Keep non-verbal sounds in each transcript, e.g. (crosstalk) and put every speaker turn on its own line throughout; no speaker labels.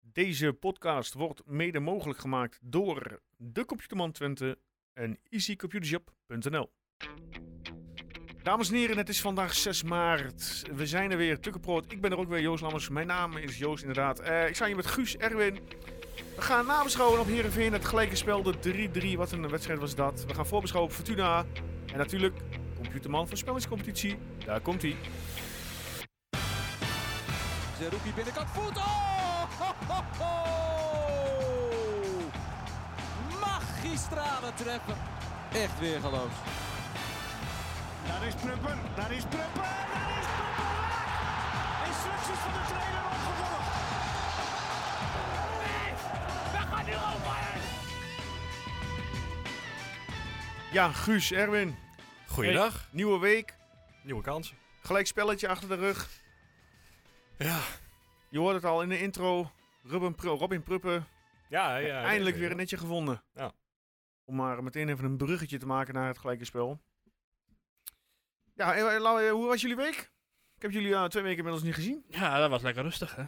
Deze podcast wordt mede mogelijk gemaakt door de Computerman Twente en easycomputershop.nl. Dames en heren, het is vandaag 6 maart. We zijn er weer, Tukkenproot. Ik ben er ook weer, Joost Lammers. Mijn naam is Joost, inderdaad. Eh, ik sta hier met Guus, Erwin. We gaan nabeschouwen op Heerenveen. Het gelijke spel, de 3-3. Wat een wedstrijd was dat. We gaan voorbeschouwen op Fortuna. En natuurlijk, Computerman voorspellingscompetitie. Daar komt hij.
Zerouki binnenkant voet. Oh! Ho, ho, ho! Magistrale treppen. Echt weer geloof.
Daar is Prupper, daar is Prupper, daar is Prupper! Instructies van de trainer opgevolgd.
Ja, Guus, Erwin.
Goeiedag.
Nieuwe week.
Nieuwe kans.
Gelijk spelletje achter de rug.
Ja.
Je hoort het al in de intro. Ruben Pru- Robin Pruppen,
Ja, ja.
eindelijk weer een netje gevonden.
Ja.
Om maar meteen even een bruggetje te maken naar het gelijke spel. Ja, en, eh, Lau, eh, hoe was jullie week? Ik heb jullie eh, twee weken met ons niet gezien.
Ja, dat was lekker rustig, hè?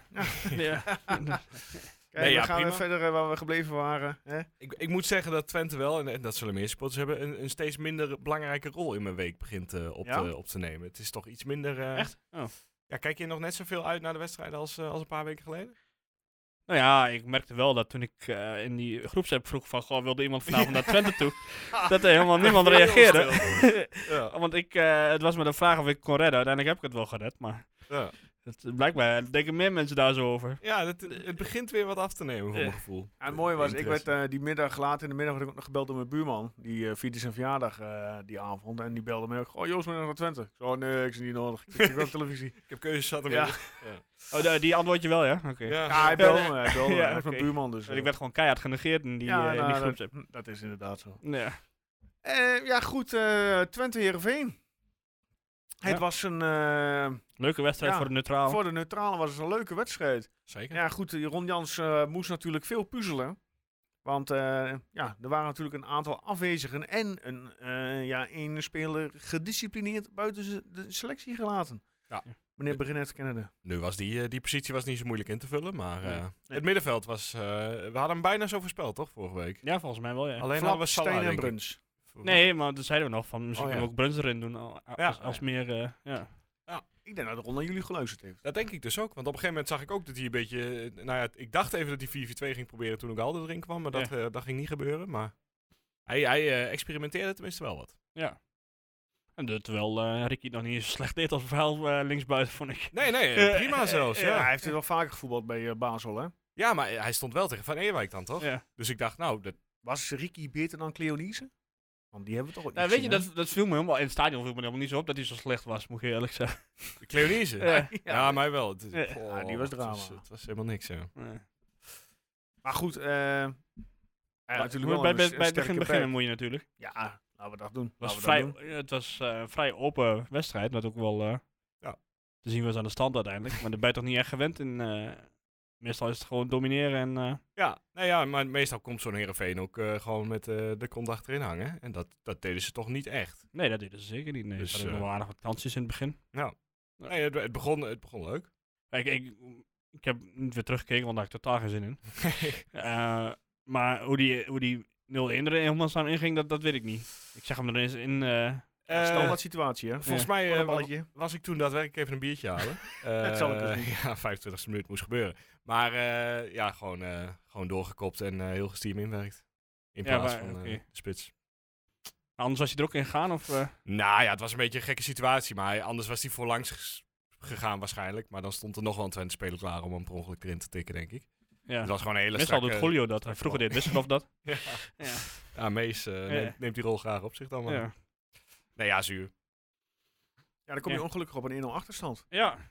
ja.
Kijk,
Nee,
we
ja,
gaan weer
prima.
verder eh, waar we gebleven waren. Hè?
Ik, ik moet zeggen dat Twente wel, en, en dat zullen meer supporters hebben, een, een steeds minder belangrijke rol in mijn week begint eh, op,
Ja?
te, op te nemen. Het is toch iets minder... eh,
Echt? Oh.
Ja, kijk je nog net zoveel uit naar de wedstrijden als, eh, als een paar weken geleden?
Nou ja, ik merkte wel dat toen ik eh, in die groepsapp vroeg van, goh, wilde iemand vanavond
(laughs)
naar Twente toe? dat er helemaal niemand
Heel
reageerde. (laughs)
stil. ja.
Want ik, eh, het was me de vraag of ik kon redden. Uiteindelijk heb ik het wel gered, maar
Ja,
het, blijkbaar denken meer mensen daar zo over.
ja dat, het begint weer wat af te nemen voor mijn
Eh.
gevoel.
Ja, het mooie was, ik werd
Interesse.
eh, die middag, laat in de middag, werd ik ook nog gebeld door mijn buurman. Die eh vierde zijn verjaardag eh, die avond. En die belde mij ook, oh Joost, ben je nog naar Twente? Ik zei, oh nee, ik is niet nodig. Ik zit wel op
(laughs)
televisie.
Ik heb keuzes zat
Ja.
ja.
Oh, da- die antwoord je wel, ja? Oké.
Ja.
Ja, hij belde me, hij belde me.
Ja,
Hij is mijn
oké.
buurman dus.
Ik werd gewoon keihard genegeerd in die, eh, in die
nou,
groepsapp.
dat, dat is inderdaad zo.
Ja.
Eh, ja, goed, eh, Twente Heerenveen. Het
Ja.
was een, eh,
Leuke wedstrijd
Ja,
voor de
Oh.
neutraal.
voor de neutrale was het een leuke wedstrijd.
Zeker.
Ja, goed, eh, Ron Jans eh, moest natuurlijk veel puzzelen. Want eh, ja, er waren natuurlijk een aantal afwezigen en een eh, ja, één speler gedisciplineerd buiten ze- de selectie gelaten.
Ja.
Meneer Brenet Kennedy.
Nu was die, eh, die positie was niet zo moeilijk in te vullen, maar eh,
Nee.
het middenveld was... eh, we hadden hem bijna zo voorspeld, toch, vorige week?
Ja, volgens mij wel, ja.
Alleen
Flap,
hadden we Salah,
Stijn en
denk ik.
Bruns.
Nee, maar dat zeiden we nog, van misschien
Oh, ja.
kunnen we ook Bruns erin doen al- als,
Ja,
als
ja.
meer, eh, ja.
Ik denk dat Ron naar jullie geluisterd heeft.
Dat denk ik dus ook. Want op een gegeven moment zag ik ook dat hij een beetje... eh, Nou ja, ik dacht even dat hij 4-4-2 ging proberen toen ook Alder erin kwam. Maar dat, eh, dat ging niet gebeuren. Maar hij, hij eh, experimenteerde tenminste wel wat.
Ja. En dat terwijl eh, Ricky het nog niet zo slecht deed als verhaal eh linksbuiten, vond ik.
Nee, nee, eh,
Eh,
prima
eh,
zelfs.
eh,
ja.
Ja, hij
Ja.
heeft het wel vaker gevoetbald bij eh, Basel, hè?
maar hij stond wel tegen Van Eerwijk dan, toch?
Ja.
Dus ik dacht, nou, dat,
Was Ricky beter dan Cleonise? Want die hebben we toch ook
Nou,
niet
weet je,
gezien,
dat, dat viel me helemaal, in het stadion viel me helemaal niet zo op dat hij zo slecht was, moet ik je eerlijk zeggen.
de Cleonise.
Eh,
ja. mij wel. Het-
Ja.
goh,
Ja, die was
het
drama.
Het was helemaal niks, ja.
eh.
hè? Maar goed, eh ja, natuurlijk wel
Moet bij,
een
bij,
s-
bij het
sterke
begin
back.
beginnen moet je natuurlijk.
Ja, laten we dat doen.
Het was,
Laten we
vrij,
dat doen.
het was eh, een vrij open wedstrijd, dat ook wel eh,
Ja.
te zien was aan de stand uiteindelijk. maar daar ben je toch niet echt gewend in... eh, meestal is het gewoon domineren en... eh,
Ja, nou ja, maar meestal komt zo'n Heerenveen ook eh, gewoon met eh, de kont achterin hangen. En dat, dat deden ze toch niet echt.
nee, dat deden ze zeker niet. Nee,
Dus,
ze hadden
eh,
nog wel aardig wat kansjes in het begin. Ja.
Nee, het, het begon, het begon leuk. (laughs)
Ik, ik, ik heb niet weer teruggekeken, want daar had ik totaal geen zin
(laughs)
in. Eh, maar hoe die, hoe die 0-1 er helemaal samen inging, dat, dat weet ik niet. Ik zag hem er eens in. eh,
Eh,
Standaard situatie, hè?
volgens
Ja.
mij
Wat
eh,
een
wa-
balletje.
was ik toen daadwerkelijk even een biertje halen.
(laughs)
Eh,
Dat zal ik ook doen.
Ja, 25 minuut moest gebeuren. Maar eh, ja, gewoon, eh, gewoon doorgekopt en eh, heel gestiem inwerkt. In
Ja,
plaats
maar,
van eh,
oké.
de spits.
Nou, anders was hij er ook in gegaan. Of, eh,
Nou ja, het was een beetje een gekke situatie. Maar hij- anders was hij voorlangs ges- gegaan waarschijnlijk. Maar dan stond er nog wel een Twente-speler klaar om hem per ongeluk erin te tikken, denk ik.
ja.
Het was gewoon een hele
Meestal doet
strakke-
Golio dat. Hij vroeger deed Wisselhoff dat.
Ja,
Ja.
ja Mees eh, neemt, neemt die rol graag op zich dan maar.
Ja.
Nee, ja, zuur.
Ja, dan kom je
Ja.
ongelukkig op een 1-0 achterstand.
ja.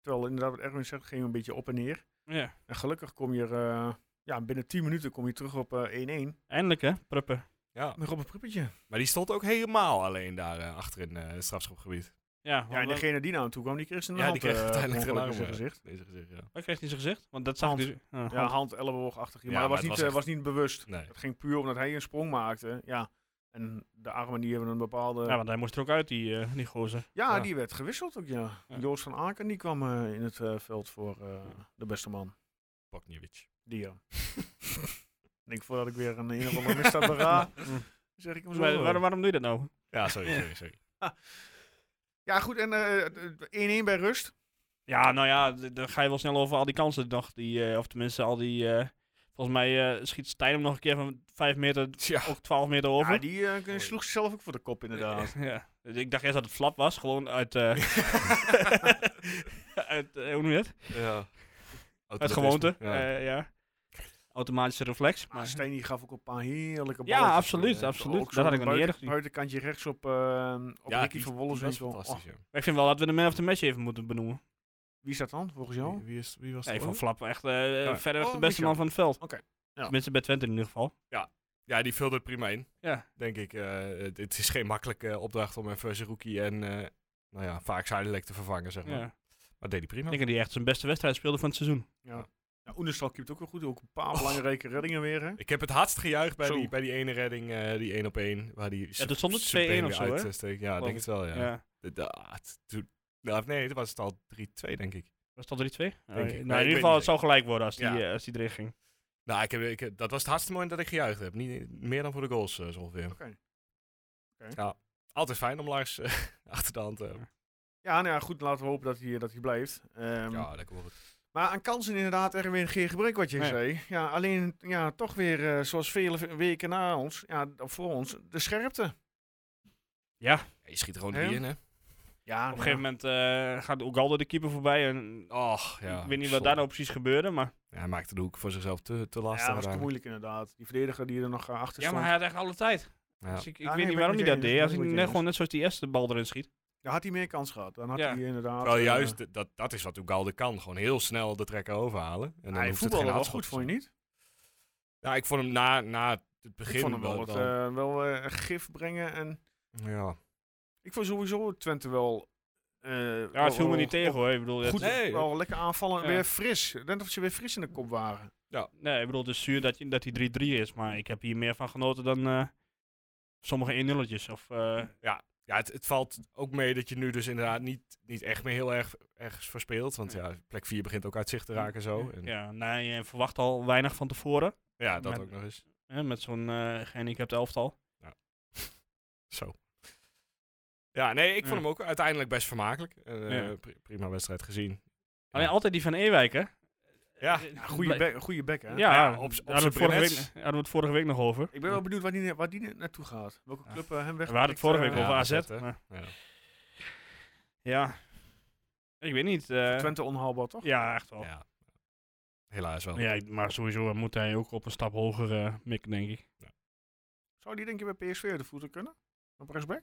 Terwijl inderdaad, wat Erwin zegt, ging een beetje op en neer.
ja.
En gelukkig kom je, er, eh, ja, binnen 10 minuten kom je terug op eh, 1-1.
Eindelijk hè, Pruppen.
Ja.
Met Robert Pruppetje.
Maar die stond ook helemaal alleen daar eh, achter in eh, het strafschopgebied.
Ja,
Ja, en
want, eh,
degene die naar hem toe kwam, die kreeg zijn
Ja, die
hand
kreeg
eh,
uiteindelijk
per
een
ongeluk in
arm,
zijn
eh.
gezicht.
Deze gezicht, ja.
wat kreeg hij in zijn gezicht? Want dat zag ik
Hand.
dus. ja,
Ja,
hand.
hand elleboogachtig. Ja,
Ja,
maar dat
maar
was,
het
niet,
was
eh, was niet bewust.
Nee.
Het ging puur omdat hij een sprong maakte. Ja. En de armen die hebben een bepaalde...
Ja, want hij moest er ook uit, die, eh die gozer.
Ja,
Ja.
die werd gewisseld ook, ja.
Ja.
Joost van Aken die kwam eh, in het eh, veld voor eh, de beste man.
Pakniewicz.
Die
(laughs)
ja. Ik denk voordat ik weer een een of andere misdaad
(laughs)
bera, zeg ik hem zo. eh.
Waar-
wel.
waarom, waarom doe je dat nou?
Ja, sorry, sorry, sorry.
Ja, goed. En eh 1-1 bij rust.
Ja, nou ja, d- dan ga je wel snel over al die kansen nog. Die, eh, of tenminste, al die. eh, volgens mij eh, schiet Stijn hem nog een keer van 5 meter,
Tja.
ook 12 meter over.
Ja, die eh, sloeg zichzelf ook voor de kop inderdaad.
Ja. Dus ik dacht eerst dat het flap was, gewoon uit. eh, (laughs) uit eh, hoe noem je het?
Ja.
Uit gewoonte.
Ja.
eh, ja. Automatische reflex.
Maar
Maar,
Stijn die gaf ook een paar heerlijke eh, ballen.
ja, absoluut, absoluut. Dat had ik nog niet eerder gezien.
Buitenkantje rechts op, eh op
Ja,
Ricky
die-
van
die was
Wollens.
fantastisch, ja.
Maar Ik vind wel dat we de man of the match even moeten benoemen.
wie is dat dan, volgens jou?
Oh,
Wie, wie is, wie was
Nee,
dat?
ik vond Flap echt eh,
ja.
verder
Oh,
de beste
Michel.
man van het veld.
Oké, ja.
Tenminste bij Twente in ieder geval.
Ja, die vulde het prima in,
Ja.
denk ik. Eh, het, het is geen makkelijke opdracht om even Zerouki en, eh, nou ja, vaak Zuiderlek te vervangen, zeg maar.
ja.
Maar deed hij prima.
Ik denk dat hij echt zijn beste wedstrijd speelde van het seizoen.
Ja, Oenestal keept ook wel goed. Ook een paar
Oh.
belangrijke reddingen weer. Hè?
Ik heb het hardst gejuicht bij,
Zo.
die, bij die ene redding, eh, die 1 op 1. Waar die
toen stond het 2-1 of zo, hè?
Ja, ik
Geloof
denk het wel, ja.
ja.
De- de- ah, het- toen- nou, of nee, het was het al 3-2, denk ik.
Was het al 3-2? Nou,
ik.
in
Nee, ik
ieder
weet
geval,
niet
het zou gelijk worden als die,
Ja.
eh, als die erin ging.
Nou, ik heb, ik heb- dat was het hardste moment dat ik gejuicht heb. Niet, meer dan voor de goals, eh, zo ongeveer.
Oké. Oké.
Ja, altijd fijn om Lars eh, (laughs) achter de hand te hebben.
Ja, nou ja, goed. Laten we hopen dat hij, dat hij blijft. Ehm,
Ja, dat komt wel goed.
Maar aan kansen inderdaad er weer geen gebrek wat je
Nee.
zei. Ja, alleen ja, toch weer, eh, zoals vele ve- weken na ons, ja, d- voor ons, de scherpte.
Ja, je schiet er gewoon
Heel?
niet in, hè?
Ja,
Op een gegeven moment eh, gaat Ugalde de keeper voorbij. En oh,
Och, ja.
ik weet niet
zonde.
wat daar nou precies gebeurde, maar...
Ja, hij maakte de hoek voor zichzelf te, te lastig.
Ja, dat was te
ruim.
moeilijk inderdaad. Die verdediger die er nog eh, achter
Ja,
stond.
maar hij had echt alle tijd.
Ja.
Dus ik, ik
Ja, nee,
weet
ben
niet
ik
waarom
met
hij
je
dat
eens,
deed.
ben
Als
ik
hij
met je
net
eens.
gewoon net zoals die eerste bal erin schiet.
Dan had hij meer kans gehad. Dan had
Ja.
hij inderdaad...
Terwijl
eh,
juist, d- dat, dat is wat Ugalde kan. Gewoon heel snel de trekker overhalen. En dan
hij
hoeft het
voetbalde
geen
wel
afschot
goed,
te
vond je
zijn.
niet?
Ja, ik vond hem na, na het begin
Ik vond hem wel,
wel...
wat,
wel-
eh, wel eh, gif brengen. En
ja.
ik vond sowieso Twente wel... eh,
Ja, het
wel-
viel me
wel
niet tegen hoor. Ik bedoel, het-
Goed,
Nee.
wel lekker aanvallen.
Ja.
Weer fris. Ik denk of ze weer fris in de kop waren.
nee, ik bedoel, het is zuur dat, je- dat hij 3-3 is. Maar ik heb hier meer van genoten dan eh, sommige 1 nulletjes Of, eh,
Ja, het, het valt ook mee dat je nu dus inderdaad niet, niet echt meer heel erg ergens verspeelt. Want ja, plek 4 begint ook uit zicht te raken zo. En ja,
ja, nee, je verwacht al weinig van tevoren.
dat
Maar-
ook nog eens.
Hè, met zo'n eh gehandicapt elftal.
Zo. Ja, nee, ik vond
Ja.
hem ook uiteindelijk best vermakelijk. Eh,
Ja.
pri- prima wedstrijd gezien.
Alleen altijd die van Ewijk, hè?
Ja,
Eh,
Goede
blij-
bek, goede bek, hè?
Ja,
Ja, op-
op,
op
hadden, we
zijn
het vorige week,
brunets.
hadden we het vorige week nog over.
Ik ben wel benieuwd waar die, waar die naartoe gaat. Welke
Ja.
club eh, hem
We
weg eh,
hadden het vorige week
Ja,
over AZ.
AZ, hè.
maar-
ja.
ja. Ik weet niet. eh,
Twente onhaalbaar, toch?
ja, echt wel.
ja. Helaas wel.
Ja, ik- maar sowieso eh, moet hij ook op een stap hoger eh, mikken, denk ik.
Zou die denk je bij PSV de voeten kunnen? Op rechtsback?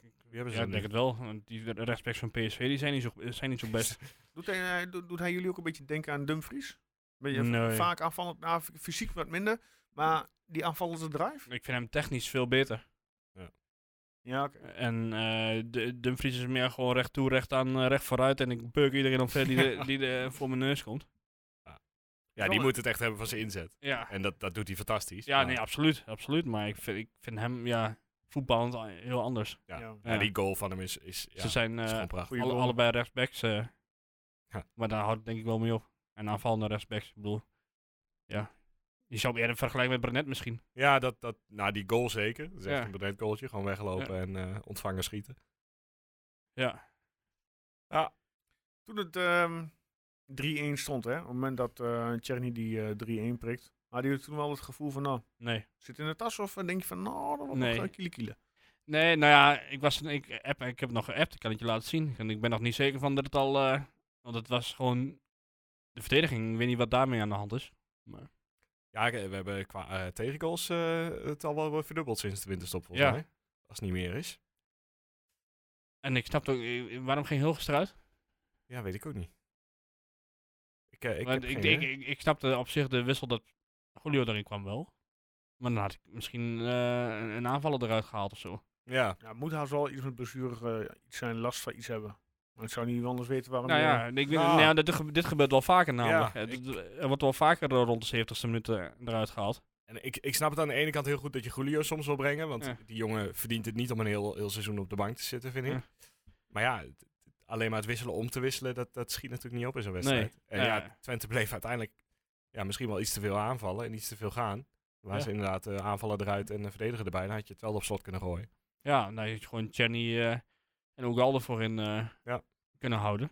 Wie hebben
Ja,
ze
ik denk het wel. want Die respects van PSV die zijn, niet zo, zijn niet zo best.
Doet hij, eh, do- doet hij jullie ook een beetje denken aan Dumfries? Ben je
Nee.
vaak aanvallend, nou, f- fysiek wat minder, maar die aanvallende drive?
(laughs) ik vind hem technisch veel beter.
Ja, oké.
En eh, D- Dumfries is meer gewoon recht toe, recht aan, eh, recht vooruit. En ik beuk iedereen omver die, (laughs) de, die de, voor mijn neus komt.
Ja, die moet het echt hebben van zijn inzet.
Ja,
En dat, dat doet hij fantastisch.
ja
Maar-
nee, absoluut. absoluut. Maar ik vind, ik vind hem ja, voetballend a- heel anders.
Ja.
Ja.
Ja, die goal van hem is, is, ja,
Ze zijn eh,
is gewoon prachtig.
Goeie
alle-
goal.
allebei rechtsbacks. eh,
Ja.
Maar daar houdt het denk ik wel mee op. En aanvallende rechtsbacks, ik bedoel. Ja. Je zou hem eerder vergelijken met Brenet misschien.
Ja, dat, dat, nou, die goal zeker. Dat is echt
Ja.
een breed goaltje. Gewoon weglopen en eh, ontvangen schieten.
Ja.
Toen het ehm, 3-1 stond, hè, op het moment dat eh Tjerni die eh 3-1 prikt, hadden jullie toen wel het gevoel van, nou,
Nee.
zit in de tas of eh, denk je van, nou, dat wordt
Nee.
nog eh, kielen kielen.
Nee, nou ja, ik, was, ik, app, ik heb het nog geappt, ik kan het je laten zien. En ik ben nog niet zeker van dat het al... eh, want het was gewoon de verdediging. Ik weet niet wat daarmee aan de hand is. Maar,
Ja, ik- we hebben qua eh, tegengoals eh, het al wel weer verdubbeld sinds de winterstop volgens
Ja.
mij. Als het niet meer is.
en ik snap ook, eh, waarom ging Hulgster uit?
Ja, weet ik ook niet. Ik, eh, ik,
Want
heb
ik,
geen
ik,
idee.
ik, ik snapte op zich de wissel dat Julio erin kwam wel. Maar dan had ik misschien eh, een, een aanvaller eruit gehaald of zo.
Ja,
Ja, het moet haast wel iets met blessure, eh, iets zijn last van iets hebben. Maar ik zou niet anders weten waarom.
nou
je-
ja, ik, weet-
Nou.
nou ja, dit, gebe- dit gebeurt wel vaker namelijk.
Ja,
Het- het- er wordt wel vaker eh, rond de 70 minuten eruit gehaald.
en ik, ik snap het aan de ene kant heel goed dat je Julio soms wil brengen. Want
Ja.
die jongen verdient het niet om een heel, heel seizoen op de bank te zitten, vind ik.
Ja.
Maar ja, het- het- alleen maar het wisselen om te wisselen, dat, dat schiet natuurlijk niet op in zo'n wedstrijd. En
Nee.
ja.
Ja.
Twente bleef uiteindelijk ja, misschien wel iets te veel aanvallen en iets te veel gaan. Waar
Ja.
ze inderdaad eh, aanvallen eruit en eh, verdedigen erbij. Dan had je het wel op slot kunnen gooien.
Ja, nou, je had gewoon Chenny en Ugalde voorin eh
Ja.
kunnen houden.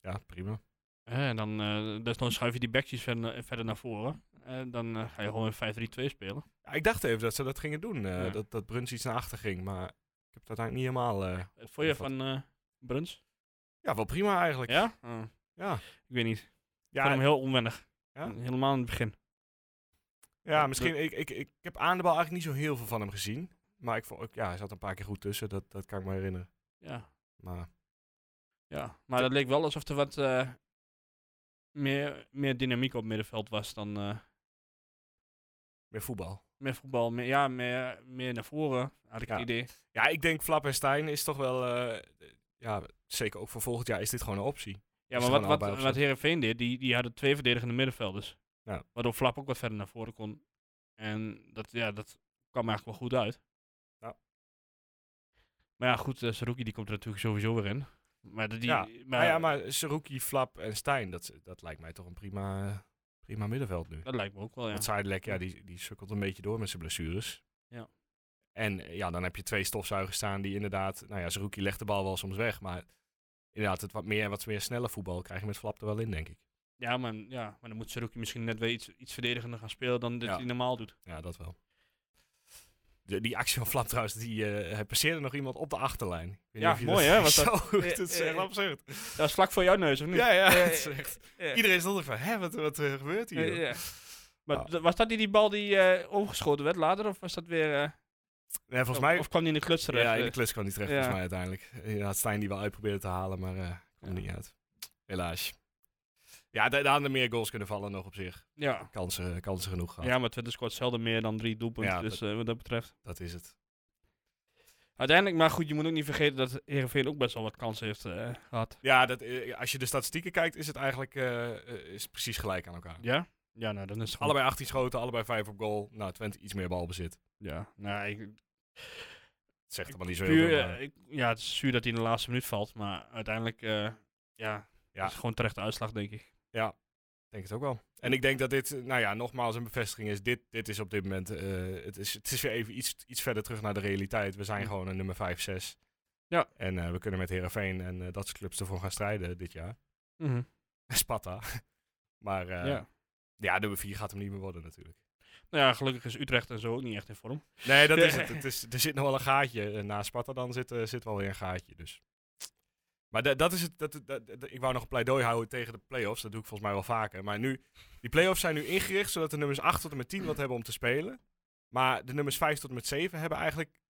Ja, prima.
Eh, en dan eh desnoods schuif je die backjes verder, na- verder naar voren. En dan eh, ga je gewoon in 5-3-2 spelen.
Ja, ik dacht even dat ze dat gingen doen. eh,
Ja.
Dat, dat Bruns iets naar achter ging. Maar ik heb dat eigenlijk niet helemaal... eh,
Wat vond je
Wat-
van eh Bruns?
ja, wel prima eigenlijk.
Ja? Eh,
Ja,
ik weet niet. Ik
Ah. ja,
vond hem heel onwennig.
Ja?
Helemaal aan het begin.
ja misschien... Ik, ik, ik heb aan de bal eigenlijk niet zo heel veel van hem gezien. Maar ik vond ook... Ja, hij zat een paar keer goed tussen. Dat, dat kan ik me herinneren.
Ja.
Maar
ja. Maar dat leek wel alsof er wat eh, meer, meer dynamiek op middenveld was dan eh,
meer voetbal.
meer voetbal. Meer, ja, meer, meer naar voren had ik
Ja.
het idee.
Ja, ik denk Flap en Stijn is toch wel... eh, ja, zeker ook voor volgend jaar is dit gewoon een optie.
Ja,
Is
maar
gewoon
wat,
allebei
wat,
op
wat
zet.
Heerenveen deed, die, die hadden twee verdedigende middenvelders.
Ja.
Waardoor Flap ook wat verder naar voren kon. En dat, ja, dat kwam eigenlijk wel goed uit.
Ja.
Maar ja, goed, eh, Saruki die komt er natuurlijk sowieso weer in. Maar die,
Ja.
maar,
nou ja, maar Seruki, Flap en Stijn, dat, dat lijkt mij toch een prima, eh, prima middenveld nu.
dat lijkt me ook wel, ja.
Want Zijdlek, ja, die, die sukkelt een beetje door met zijn blessures.
Ja.
En eh, ja, dan heb je twee stofzuigers staan die inderdaad... Nou ja, Seruki legt de bal wel soms weg, maar inderdaad het wat meer en wat meer snelle voetbal krijg je met Flap er wel in, denk ik.
Ja, maar, ja, maar dan moet Saruki misschien net weer iets, iets verdedigender gaan spelen dan dit
Ja.
hij normaal doet.
Ja, dat wel. De, die actie van Flap trouwens, die eh, hij passeerde nog iemand op de achterlijn. Ik weet
Ja,
niet of je
mooi,
dat-
hè, want
(laughs) Zo
dat-
goed,
eh,
het is
eh,
echt
eh,
absurd.
Dat is vlak voor jouw neus, of niet?
Ja, ja,
(laughs)
(laughs)
eh,
het is echt-
eh.
Iedereen stond er van, hè, wat, wat eh, gebeurt hier?
Eh, ja. Maar
Ja.
d- was dat die, die bal die eh, overgeschoten werd later? Of was dat weer... eh,
Nee, volgens
of-
mij
Of kwam die in de kluts terecht?
Ja, in
eh?
de klus kwam niet terecht
ja.
volgens mij uiteindelijk. Inderdaad, Stijn die wel uitprobeerde te halen, maar eh kwam
Ja.
niet uit. Helaas. Ja, daar daar hadden meer goals kunnen vallen nog op zich.
ja.
Kansen, kansen genoeg gehad.
Ja, maar Twente scoort zelden meer dan drie doelpunten.
Ja,
dus eh, wat Oh. dat betreft.
Dat is het.
Uiteindelijk, maar goed, je moet ook niet vergeten dat Herenveen ook best wel wat kansen heeft eh, gehad.
Ja, dat, eh, als je de statistieken kijkt, is het eigenlijk eh, eh, is het precies gelijk aan elkaar.
Ja? Ja, nou, dan is het goed.
Allebei 18 schoten, allebei 5 op goal. Nou, Twente iets meer balbezit.
Ja, nou, ik,
Het zegt allemaal niet zo heel
puur,
veel.
eh,
maar-
ik- ja, het is zuur dat hij in de laatste minuut valt. Maar uiteindelijk, eh, ja,
Ja.
is gewoon terecht de uitslag, denk ik.
Ik denk het ook wel. En ik denk dat dit, eh, nou ja, nogmaals een bevestiging is. Dit, dit is op dit moment, eh, het, is, het is weer even iets, iets verder terug naar de realiteit. We zijn
Ja.
gewoon een nummer 5, 6.
Ja.
En eh, we kunnen met Herenveen en eh, dat soort clubs ervoor gaan strijden dit jaar. (laughs) Sparta. maar eh, ja.
Mhm. ja.
nummer 4 gaat hem niet meer worden natuurlijk.
Nou ja, gelukkig is Utrecht en zo ook niet echt in vorm.
Nee, dat is het. het is, er zit nog wel een gaatje. En na Sparta dan zit, eh, zit wel weer een gaatje. Dus. Maar da- dat is het. Dat, dat- dat- ik wou nog een pleidooi houden tegen de play-offs. Dat doe ik volgens mij wel vaker. Maar nu, die play-offs zijn nu ingericht zodat de nummers 8 tot en met 10 wat hebben om te spelen. Maar de nummers 5 tot en met 7 hebben eigenlijk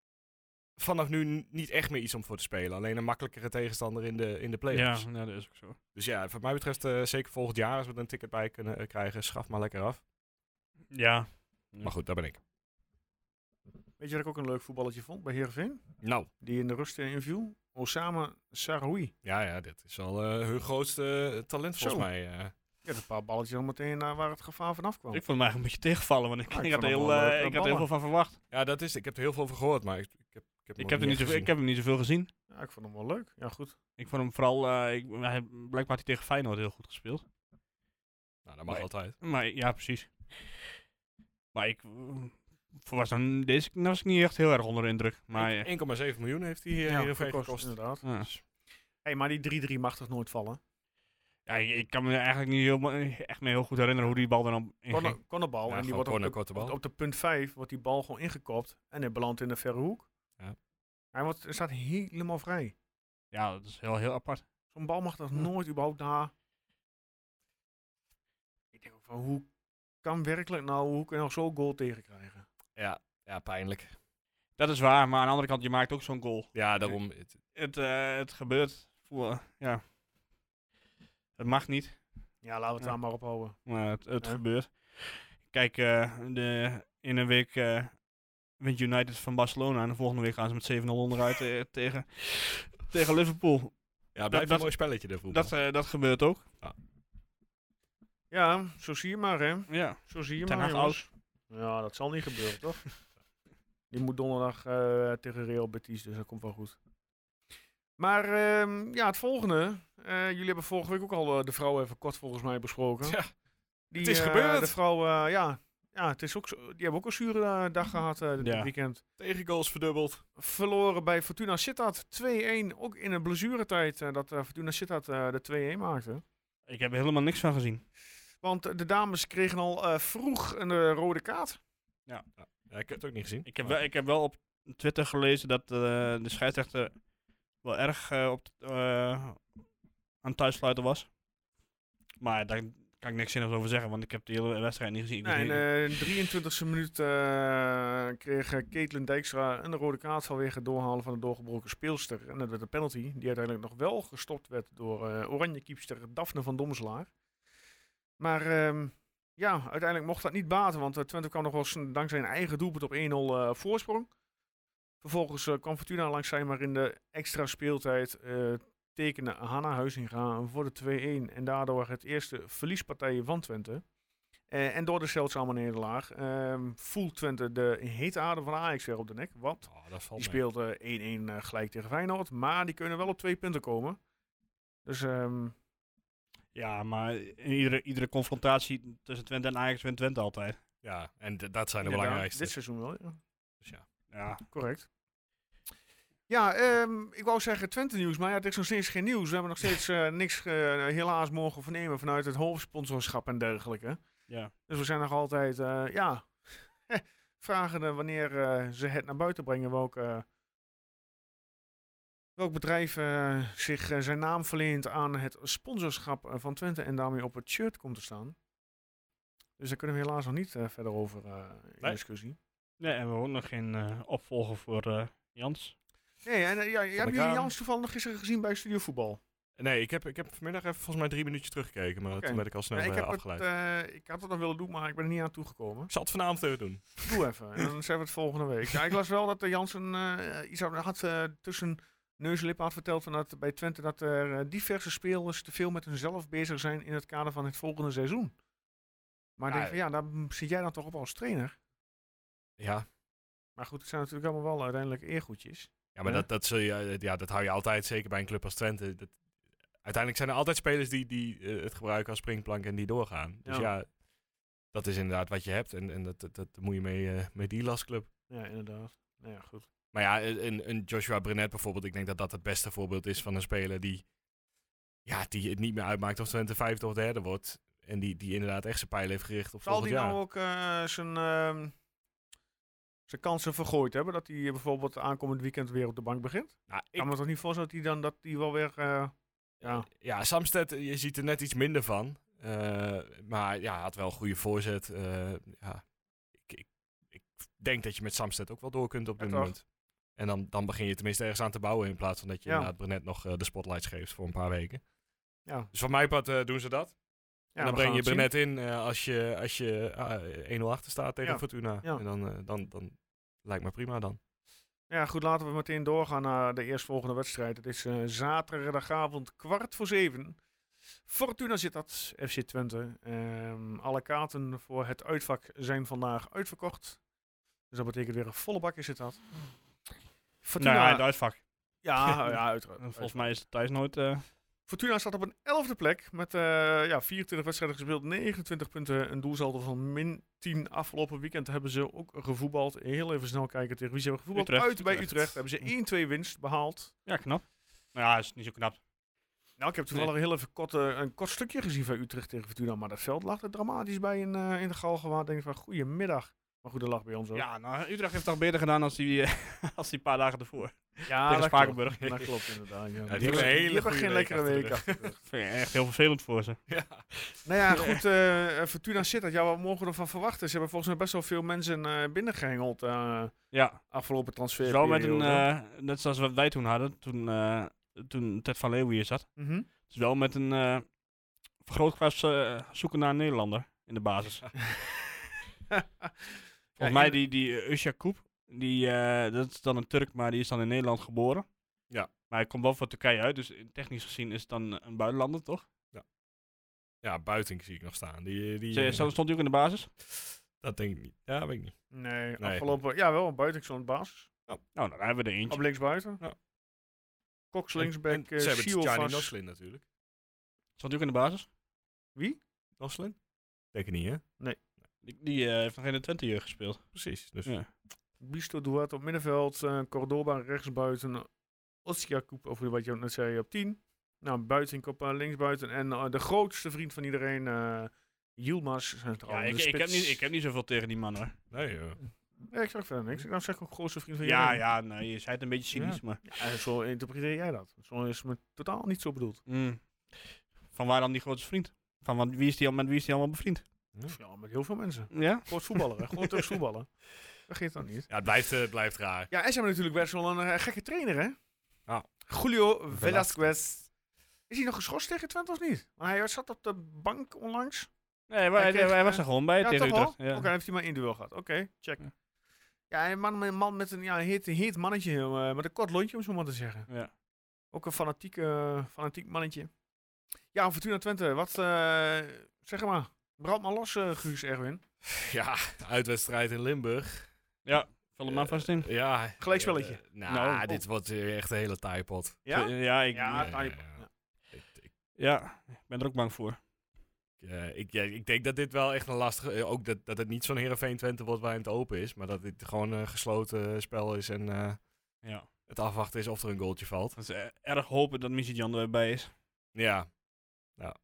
vanaf nu n- niet echt meer iets om voor te spelen. Alleen een makkelijkere tegenstander in de, in de
Ja,
play-offs.
nou, dat is ook zo.
Dus ja, wat mij betreft, eh, zeker volgend jaar als we er een ticket bij kunnen eh, krijgen, schaf maar lekker af.
Ja.
Maar goed, daar ben ik.
Weet je wat ik ook een leuk voetballetje vond bij Heerenveen?
Nou,
Die in de rust eh, inviel? Osama Saroui.
ja, ja, dit is wel eh, hun grootste eh, talent volgens
Zo.
mij. eh.
Ja, een paar balletjes al meteen naar waar het gevaar vanaf kwam.
Ik vond hem eigenlijk een beetje tegenvallen, want
Ah,
Oh. ik,
ik
ik, had,
vond hem
heel,
wel
eh,
leuke
ik had heel
ballen.
veel van verwacht.
Ja, dat is. Ik heb er heel veel van gehoord, maar ik, ik heb, ik heb,
Ik heb, er niet zoveel, ik heb hem niet zoveel gezien.
Ja, ik vond hem wel leuk. Ja, goed.
Ik vond hem vooral, eh, ik, hij, blijkbaar had hij tegen Feyenoord heel goed gespeeld.
Nou, dat mag
Nee.
altijd.
Maar ik- ja, precies. Maar ik mm, voor was dan deze nou was ik niet echt heel erg onder de indruk. Maar eh,
1,7 miljoen heeft hij hier
ja,
gekost.
inderdaad.
ja.
Hey, maar die 3-3 mag toch nooit vallen?
Ja, ik, ik kan me eigenlijk niet heel, ma- echt meer heel goed herinneren hoe die bal er dan in ging.
Corner, cornerbal.
Ja,
en die
gewoon
wordt op,
corner,
de,
korte bal.
op de- op de punt 5 wordt die bal gewoon ingekopt. En hij belandt in de verre hoek.
Ja.
Hij wordt, staat helemaal vrij.
Ja, dat is heel, heel apart.
Zo'n bal mag dat
Ja.
nooit überhaupt na. Ik denk ook van, hoe kan werkelijk nou, hoe kan je nog zo'n goal tegenkrijgen?
Ja, pijnlijk.
Dat is waar, maar aan de andere kant, je maakt ook zo'n goal.
Ja, daarom. het-
Het, eh, het gebeurt. Voor, ja. Het mag niet,
Ja, laten we het
Ja.
daar maar op houden.
maar het, het
Ja.
gebeurt. Kijk, eh, de, in een week eh, wint United van Barcelona en de volgende week gaan ze met 7-0 onderuit eh, tegen, tegen Liverpool.
Ja, blijft een
dat-
mooi spelletje daarvoor.
Dat, eh, dat gebeurt ook.
Ja, zo zie je maar, hè.
Ja.
Zo zie je
Ten
maar,
Hag
jongens. Ja, dat zal niet gebeuren,
(laughs)
toch? Die moet donderdag eh, tegen Real Betis, dus dat komt wel goed. Maar ehm, ja, het volgende. Eh, jullie hebben vorige week ook al eh, de vrouw even kort volgens mij besproken.
Ja.
Die,
Het is
eh,
gebeurd.
De vrouw, eh, ja, ja het is ook, zo- die hebben ook een zure eh, dag gehad eh dit
Ja.
weekend.
Tegengoals verdubbeld.
Verloren bij Fortuna Sittard 2-1. Ook in een blessuretijd eh, dat eh, Fortuna Sittard eh, de 2-1 maakte.
Ik heb er helemaal niks van gezien.
Want eh, de dames kregen al eh, vroeg een eh, rode kaart.
Ja, ik heb het ook niet gezien.
Ik heb,
Maar-
wel, ik heb wel op Twitter gelezen dat eh, de scheidsrechter wel erg eh, op, eh, aan het thuissluiten was. Maar daar kan ik niks zinnigs over zeggen, want ik heb de hele wedstrijd niet gezien. Ik was
Nee, eh, in
niet-
de 23e minuut eh, kreeg eh, Caitlin Dijkstra een rode kaart vanwege het doorhalen van de doorgebroken speelster. En dat werd een penalty, die uiteindelijk nog wel gestopt werd door eh oranje kiepster Daphne van Domselaar. Maar ehm, ja, uiteindelijk mocht dat niet baten, want eh, Twente kwam nog wel eens dankzij een eigen doelpunt op 1-0 eh, voorsprong. Vervolgens eh, kwam Fortuna langs zij maar in de extra speeltijd eh tekende Hanna Huizinga voor de 2-1. En daardoor het eerste verliespartij van Twente. Eh, en door de zeldzame nederlaag ehm, voelt Twente de hete adem van Ajax weer op de nek. Want
Oh, dat valt
die
mee.
speelde 1-1 eh, gelijk tegen Feyenoord. Maar die kunnen wel op twee punten komen. Dus ehm,
Ja, maar in iedere, iedere confrontatie tussen Twente en Ajax wint Twente altijd.
Ja, en d- dat zijn de
inderdaad,
belangrijkste.
dit seizoen wel, ja.
Dus ja.
Ja,
correct. Ja, ehm, ik wou zeggen Twente nieuws, maar ja, het is nog steeds geen nieuws. We hebben nog steeds eh, niks eh, helaas mogen vernemen vanuit het hoofdsponsorschap en dergelijke.
ja.
Dus we zijn nog altijd, eh, ja, (laughs) eh, vragende wanneer eh, ze het naar buiten brengen. Welk, eh, welk bedrijf eh, zich eh, zijn naam verleent aan het sponsorschap eh, van Twente en daarmee op het shirt komt te staan. Dus daar kunnen we helaas nog niet eh, verder over eh, in
Nee.
discussie.
Nee, en we hebben ook nog geen eh, opvolger voor eh, Jans.
Nee, en eh, ja, hebben jullie
Kaan.
Jans toevallig gisteren gezien bij Studio Voetbal?
Nee, ik heb, ik heb vanmiddag even volgens mij drie minuutjes teruggekeken, maar
Oké.
toen werd ik al snel
Nee, ik,
eh,
heb het,
afgeleid.
eh, ik had het nog willen doen, maar ik ben er niet aan toegekomen.
Ik zal het vanavond even doen.
Doe even. En dan zijn we het volgende week. Ja, ik las wel dat de Jansen eh, iets had- had eh, tussen neus en lippen had verteld van dat bij Twente dat er eh, diverse spelers te veel met hunzelf bezig zijn in het kader van het volgende seizoen. Maar ik
Ja,
denk van, ja, daar mm, zit jij dan toch op als trainer.
Ja,
Maar goed, het zijn natuurlijk allemaal wel uiteindelijk eergoedjes.
ja maar
Ja.
Dat, dat, zul je, eh, ja, dat hou je altijd, zeker bij een club als Twente. Dat, uiteindelijk zijn er altijd spelers die, die eh, het gebruiken als springplank en die doorgaan. Dus
Ja.
ja, dat is inderdaad wat je hebt en, en dat, dat, dat moet je mee, eh mee dealen als club.
Ja, inderdaad. Nou ja, goed.
Maar ja, eh, een, een Joshua Brenet bijvoorbeeld, ik denk dat dat het beste voorbeeld is van een speler die, ja, die het niet meer uitmaakt of Twente vijfde of derde wordt. En die, die inderdaad echt zijn pijl heeft gericht op
Zal
volgend
die
jaar.
nou ook eh, zijn, ehm, zijn kansen vergooid hebben? Dat hij bijvoorbeeld aankomend weekend weer op de bank begint?
Nou, ik-
Kan me toch niet voorstellen dat hij dan dat hij wel weer... eh, ja.
ja, Samsted, eh, je ziet er net iets minder van. Eh, maar ja, had wel een goede voorzet. Eh, ja. ik, ik, ik denk dat je met Samsted ook wel door kunt op
Ja,
dit
toch?
moment. En dan, dan begin je tenminste ergens aan te bouwen in plaats van dat je
Ja.
inderdaad Brenet nog eh, de spotlights geeft voor een paar weken.
Ja.
Dus van mij part eh, doen ze dat.
Ja,
en dan
we gaan
breng je
het zien.
Brenet in eh, als je, als je ah, 1-0 achter staat tegen
Ja.
Fortuna.
Ja.
En dan, eh, dan, dan lijkt me prima dan.
Ja, goed, laten we meteen doorgaan naar de eerstvolgende wedstrijd. Het is eh, zaterdagavond kwart voor zeven. Fortuna zit dat, FC Twente. Ehm, alle kaarten voor het uitvak zijn vandaag uitverkocht. Dus dat betekent weer een volle bak is het dat.
Nou
Fortuna,
Nou ja, het uitvak.
ja,
(laughs)
ja, uiteraard.
Volgens mij is het thuis nooit... eh,
Fortuna staat op een elfde plek met eh, ja, 24 wedstrijden gespeeld, 29 punten, een doelsaldo van min 10. Afgelopen weekend hebben ze ook gevoetbald. Heel even snel kijken tegen wie ze hebben gevoetbald.
Utrecht,
Uit bij Utrecht
Utrecht.
hebben ze 1-2 winst behaald.
ja, knap. Nou ja, is niet zo knap.
Nou, ik heb toevallig heel even kort, eh, een kort stukje gezien van Utrecht tegen Fortuna, maar dat veld lag er dramatisch bij in, eh, in de Galgenwaard. Denk ik van, goedemiddag. Maar goed, dat lag bij ons ook.
Ja, nou, Utrecht heeft toch beter gedaan als die, eh, (laughs) als die paar dagen ervoor.
Ja,
tegen
dat
Spakenburg.
klopt. Dat klopt inderdaad. Ja.
hebben
Die
een
hebben-
hele
die hebben
goede
geen
week
lekkere
achter de
week
rug.
achter de rug.
Vind ik echt heel vervelend voor ze.
Nou ja, goed, eh, eh, Fortuna zit dat. Ja, wat mogen we ervan verwachten? Ze hebben volgens mij best wel veel mensen eh binnengehengeld eh,
Ja,
afgelopen transfer.
Zo met een, eh, net zoals wat wij toen hadden, toen, eh, toen Ted van Leeuwen hier zat.
Mhm. (laughs)
Dus wel met een eh vergrootglas eh, zoeken naar een Nederlander in de basis. Volgens mij die, die eh, Usha Koep, die, eh, dat is dan een Turk, maar die is dan in Nederland geboren.
Ja.
Maar hij komt wel voor Turkije uit, dus technisch gezien is het dan een buitenlander, toch?
Ja, Buiting zie ik nog staan. Die, die,
Ze-
eh,
Stond hij ook in de basis?
dat denk ik niet. Ja, weet ik niet.
Nee,
Nee.
afgelopen... Ja, wel, een buitengewoon baas.
Nou, dan hebben we er eentje.
Op linksbuiten.
Ja.
Cox
En-
linksback, eh,
en ze hebben Gianni
Siofas.
Noslin natuurlijk.
Stond hij ook in de basis?
Noslin? Denk niet, hè?
Die, die eh, heeft nog in de Twente-jeugd gespeeld.
Precies. Dus
Ja.
Bisto Duarte op middenveld. eh, Cordoba rechtsbuiten. Otsiakoep, of wat je ook net zei, op 10. Nou, Buitink op eh, linksbuiten. En eh, de grootste vriend van iedereen, eh Yilmaz, centraal.
Ja,
in
ik,
de
ik, heb
spits.
niet, ik heb niet zoveel tegen die man hoor.
Nee, eh,
Ja, ik zeg verder niks. Ik zeg ook grootste vriend van
Ja,
iedereen.
ja, nou, je zei het een beetje cynisch, maar...
Ja, zo interpreteer jij dat. Zo is het me totaal niet zo bedoeld.
Mm. Van waar dan die grootste vriend? Van wat- wie is die, al- met wie is die allemaal bevriend?
Ja, met heel veel mensen.
Ja?
Groot voetballer, hè. Gewoon Turks voetballen. Vergeet dat niet.
ja, het blijft, eh, het blijft raar.
Ja, en ze hebben natuurlijk best wel een eh, gekke trainer, hè?
Ja.
Julio Velasquez. Is hij nog geschorst tegen Twente of niet? Want hij zat op de bank onlangs.
Nee, maar hij,
kreeg,
hij
eh,
was er gewoon bij
Ja,
tegen
toch wel?
Utrecht.
Oké,
Ja.
dan heeft hij maar één duel gehad. Oké, check.
Ja.
Ja, een man, een man met een ja, heet, heet mannetje, eh, met een kort lontje om zo maar te zeggen.
Ja.
Ook een fanatiek, eh, fanatiek mannetje. Ja, Fortuna Twente, wat, eh, zeg maar, brand maar los, eh, Guus Erwin.
(laughs) Ja, uitwedstrijd in Limburg.
Vul hem maar vast in.
(laughs) Ja.
Gelijkspelletje.
eh, nou,
Nou,
dit wordt eh, echt een hele taaipot.
Ja?
Ja, ik,
Ja,
ja.
Eh,
taai-
ik- ik-
ik ben er ook bang voor.
eh, ik, ja, ik denk dat dit wel echt een lastige... eh, ook dat, dat het niet zo'n Heerenveen Twente wordt waarin het open is. Maar dat dit gewoon een gesloten spel is en eh,
Ja.
het afwachten is of er een goaltje valt.
Dat is eh, erg hopen dat Missy Jan erbij is.
Ja. ja.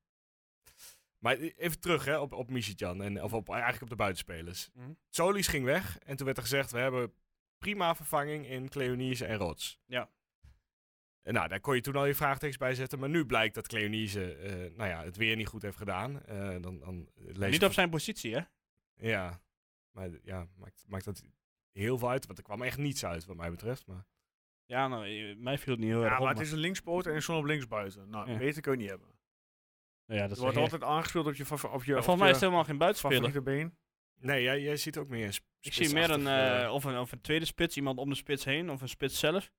Maar i- even terug hè, op, op Michitjan en of op, eigenlijk op de buitenspelers.
Mhm.
Solis ging weg en toen werd er gezegd, we hebben prima vervanging in Cleonice en Rots.
Ja.
En nou, daar kon je toen al je vraagtekens bij zetten, maar nu blijkt dat Cleonice eh, nou ja, het weer niet goed heeft gedaan. Eh, dan, dan lees
Niet
je-
op zijn positie, hè?
Ja, maar ja, maakt, maakt dat heel veel uit, want er kwam echt niets uit wat mij betreft. Maar...
Ja, nou, eh, mij viel het niet heel erg
Ja,
op.
maar het
maar-
is een linkspoot en een zon op linksbuiten. Nou,
Ja.
beter kun je niet hebben.
Nou ja, dat
Er
is
wordt
echt-
altijd aangespeeld op je, fav- op je,
Maar
op
Volgens mij
je
is het helemaal geen buitenspeler.
favoriete been.
Nee, jij, jij ziet ook meer een sp-
Ik zie meer een,
spitsachtig,
eh,
eh,
of een, of een tweede spits, iemand om de spits heen, of een spits zelf.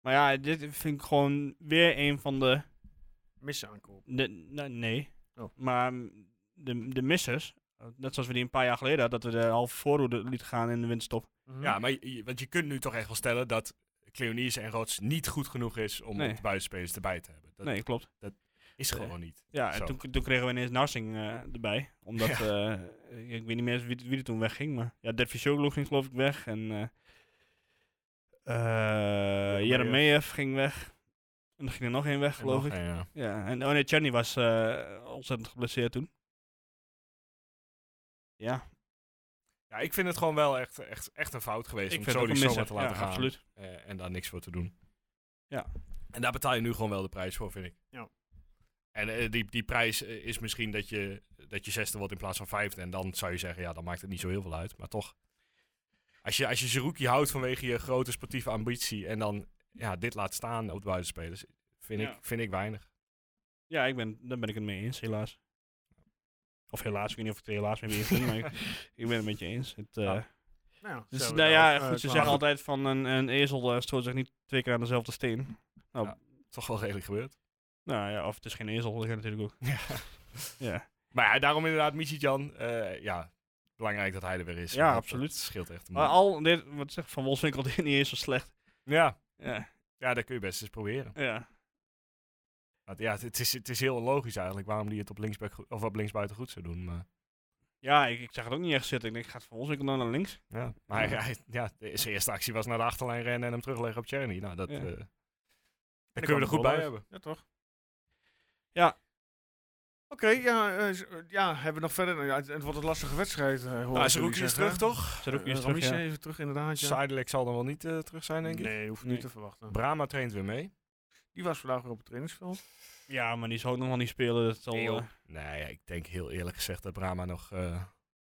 Maar ja, dit vind ik gewoon weer een van de...
Missen aankoop.
de nou, nee.
Oh.
Maar mm, de, de missers, eh, net zoals we die een paar jaar geleden hadden, dat we de halve voorhoede lieten gaan in de winterstop.
Mhm.
Ja, maar je, je- want je kunt nu toch echt wel stellen dat Cleonice en Rots niet goed genoeg is om
Nee.
de buitenspelers erbij te hebben. Dat
nee, klopt.
is
nee.
gewoon niet.
Ja,
Zo.
en toen, toen kregen we ineens Narsing eh, erbij. Omdat, eh, ik weet niet meer eens wie, wie er toen wegging, maar... Ja, Devi Shoglu ging geloof ik weg en... eh eh, Jeremejeff ging weg. En er ging er nog één weg, geloof ik.
En, ja.
Ja, en oh nee, Chani was eh, ontzettend geblesseerd toen. Ja,
ja, ik vind het gewoon wel echt, echt, echt een fout geweest
ik
om
vind het ook
Soli
een
zomaar
misser.
te laten
ja,
gaan
absoluut.
eh, en daar niks voor te doen.
Ja.
En daar betaal je nu gewoon wel de prijs voor, vind ik.
Ja.
En eh, die, die prijs eh, is misschien dat je, dat je zesde wordt in plaats van vijfde. En dan zou je zeggen, ja, dan maakt het niet zo heel veel uit. Maar toch, als je, als je Zerouki houdt vanwege je grote sportieve ambitie... en dan ja, dit laat staan op de buitenspelers, vind,
Ja.
ik, vind ik weinig.
Ja, ik ben, daar ben ik het mee eens, helaas. Of helaas, ik weet niet of ik het er helaas mee eens ben, maar ik, ik ben het met je eens. Het, eh,
Ja.
Nou ja,
dus,
zijn we daar
nou ja,
ook, eh,
goed, ze
klaar.
zeggen altijd van een, een ezel eh, stoot zich niet twee keer aan dezelfde steen. Nou,
Ja. Toch wel redelijk gebeurd.
nou ja, of het is geen ezel, dat kan natuurlijk ook.
Ja.
(laughs) Ja,
Maar ja, daarom inderdaad, Michi-Jan, eh, ja, belangrijk dat hij er weer is.
Ja,
Dat-
absoluut.
Dat scheelt echt. een
maar
boel.
al dit, wat zegt Van Wolfswinkel, (laughs) dit niet eens zo slecht.
Ja,
Ja,
ja, dat kun je best eens proberen.
ja.
Want ja, het- het is, het is heel logisch eigenlijk waarom die het op, linksback, goed- of op linksbuiten goed zou doen. Maar,
ja ik, ik zag het ook niet echt zitten. Ik denk, gaat Van Wolfswinkel nou naar links?
ja. maar hij,
Ja.
hij- ja, de- zijn eerste actie was naar de achterlijn rennen en hem terugleggen op Cherny. Nou, dat,
Ja.
eh, daar
kwam
kunnen we
de
er goed
bal
bij
uit.
hebben.
Ja, toch?
Ja.
Oké, ja, eh, z- eh, ja, hebben we nog verder? Nou Ja, het, het wordt een lastige wedstrijd, eh hoor
Nou,
ik
Zerouki
jullie
is terug,
zeggen.
toch?
Zit ook
Eh,
weer terug,
Ramisse
ja.
even terug, inderdaad. Ja.
Zijdelijk zal dan wel niet eh, terug zijn, denk ik.
Nee, hoef je
Nee.
niet te verwachten.
Brahma traint weer mee.
Die was vandaag weer op het trainingsveld. Nou,
Ja, maar die zou ook nog wel niet spelen. Dat zal,
Nee, joh.
eh,
Nee, ja, ik denk heel eerlijk gezegd dat Brahma nog, eh,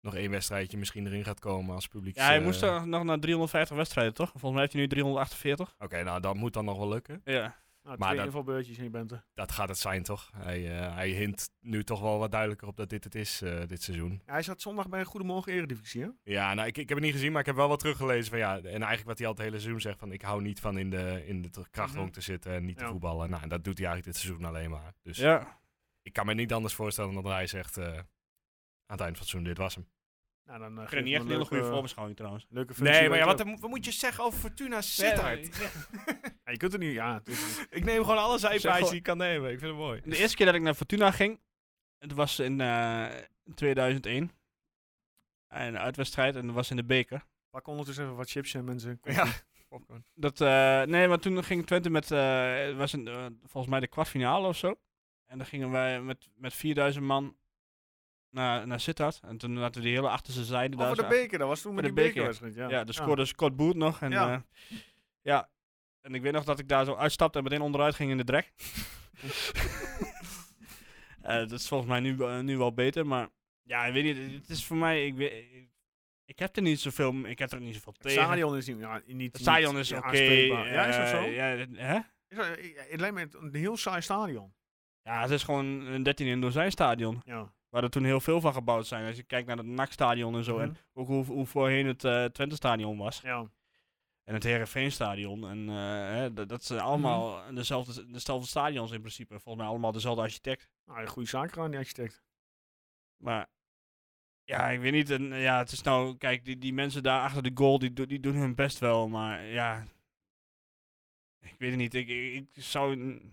nog één wedstrijdje misschien erin gaat komen als publiek.
ja, hij
eh,
moest er nog naar 350 wedstrijden, toch? Volgens mij heeft hij nu 348.
Oké, nou dat moet dan nog wel lukken.
Ja.
Nou,
Maar
twee
dat-
invalbeurtjes en je bent er.
Dat gaat het zijn toch? Hij, eh, hij hint nu toch wel wat duidelijker op dat dit het is eh, dit seizoen.
Ja, hij zat zondag bij een Goedemorgen Eredivisie, hè?
Ja, nou ik, ik heb het niet gezien, maar ik heb wel wat teruggelezen van ja. En eigenlijk wat hij al het hele seizoen zegt van ik hou niet van in de, in de te- krachthonk te zitten en niet te
Ja.
voetballen. Nou, en dat doet hij eigenlijk dit seizoen alleen maar. Dus
ja.
ik kan me niet anders voorstellen dan dat hij zegt eh, aan het eind van het seizoen dit was hem.
Nou, dan,
Ik vind niet echt een hele goede voorbeschouwing trouwens.
Leuke functie
Nee,
bij
maar ja,
de
wat,
club.
moet je zeggen over Fortuna
Ja, je kunt er nu, ja. het is-
ik neem gewoon alle
Zeg
zijpaadjes
gewoon-
die ik kan nemen. Ik vind het mooi.
De eerste keer dat ik naar Fortuna ging, het was in, eh, in 2001. En een uitwedstrijd en dat was in de beker.
Pak ondertussen even wat chips en mensen.
Ja.
Dat, eh, nee, maar toen ging Twente met, eh, het was een, eh, volgens mij de kwartfinale of zo. En dan gingen wij met, met 4000 man naar, naar Sittard. En toen hadden we die hele achterste zijde daar.
Over de
zo-
beker, dat was toen
Voor
met de
de beker, ja.
bekerwedstrijd. Ja,
Ja, de scoorde Scott Boot nog. En,
Ja.
ja. ja. En ik weet nog dat ik daar zo uitstapte en meteen onderuit ging in de
(laughs)
drek. Eh, dat is volgens mij nu, eh, nu wel beter, maar ja, ik weet niet. Het is voor mij, ik, weet, ik, ik heb er niet zoveel, ik heb er niet zoveel
Het
tegen.
stadion is niet, ja, niet,
Het stadion is
niet
oké.
aanspreekbaar. Ja, is dat
eh,
zo?
ja, dit- hè?
Is dat- eh, Het lijkt me het- een heel saai stadion.
ja, het is gewoon een 13 in dozijn stadion.
Ja.
Waar er toen heel veel van gebouwd zijn. Als je kijkt naar het NAC-stadion
Mhm.
en zo. En ook hoe, hoe voorheen het eh Twente-stadion was.
ja.
En het Herenveenstadion. En eh, hè, dat, dat zijn allemaal dezelfde, dezelfde stadions in principe. Volgens mij allemaal dezelfde architect.
Nou, een goede zaak gedaan, die architect.
Maar ja, ik weet niet. En, eh, ja, het is nou, kijk, die, die mensen daar achter de goal, die, do- die doen hun best wel. Maar ja, ik weet het niet. Ik, ik, ik zou, n-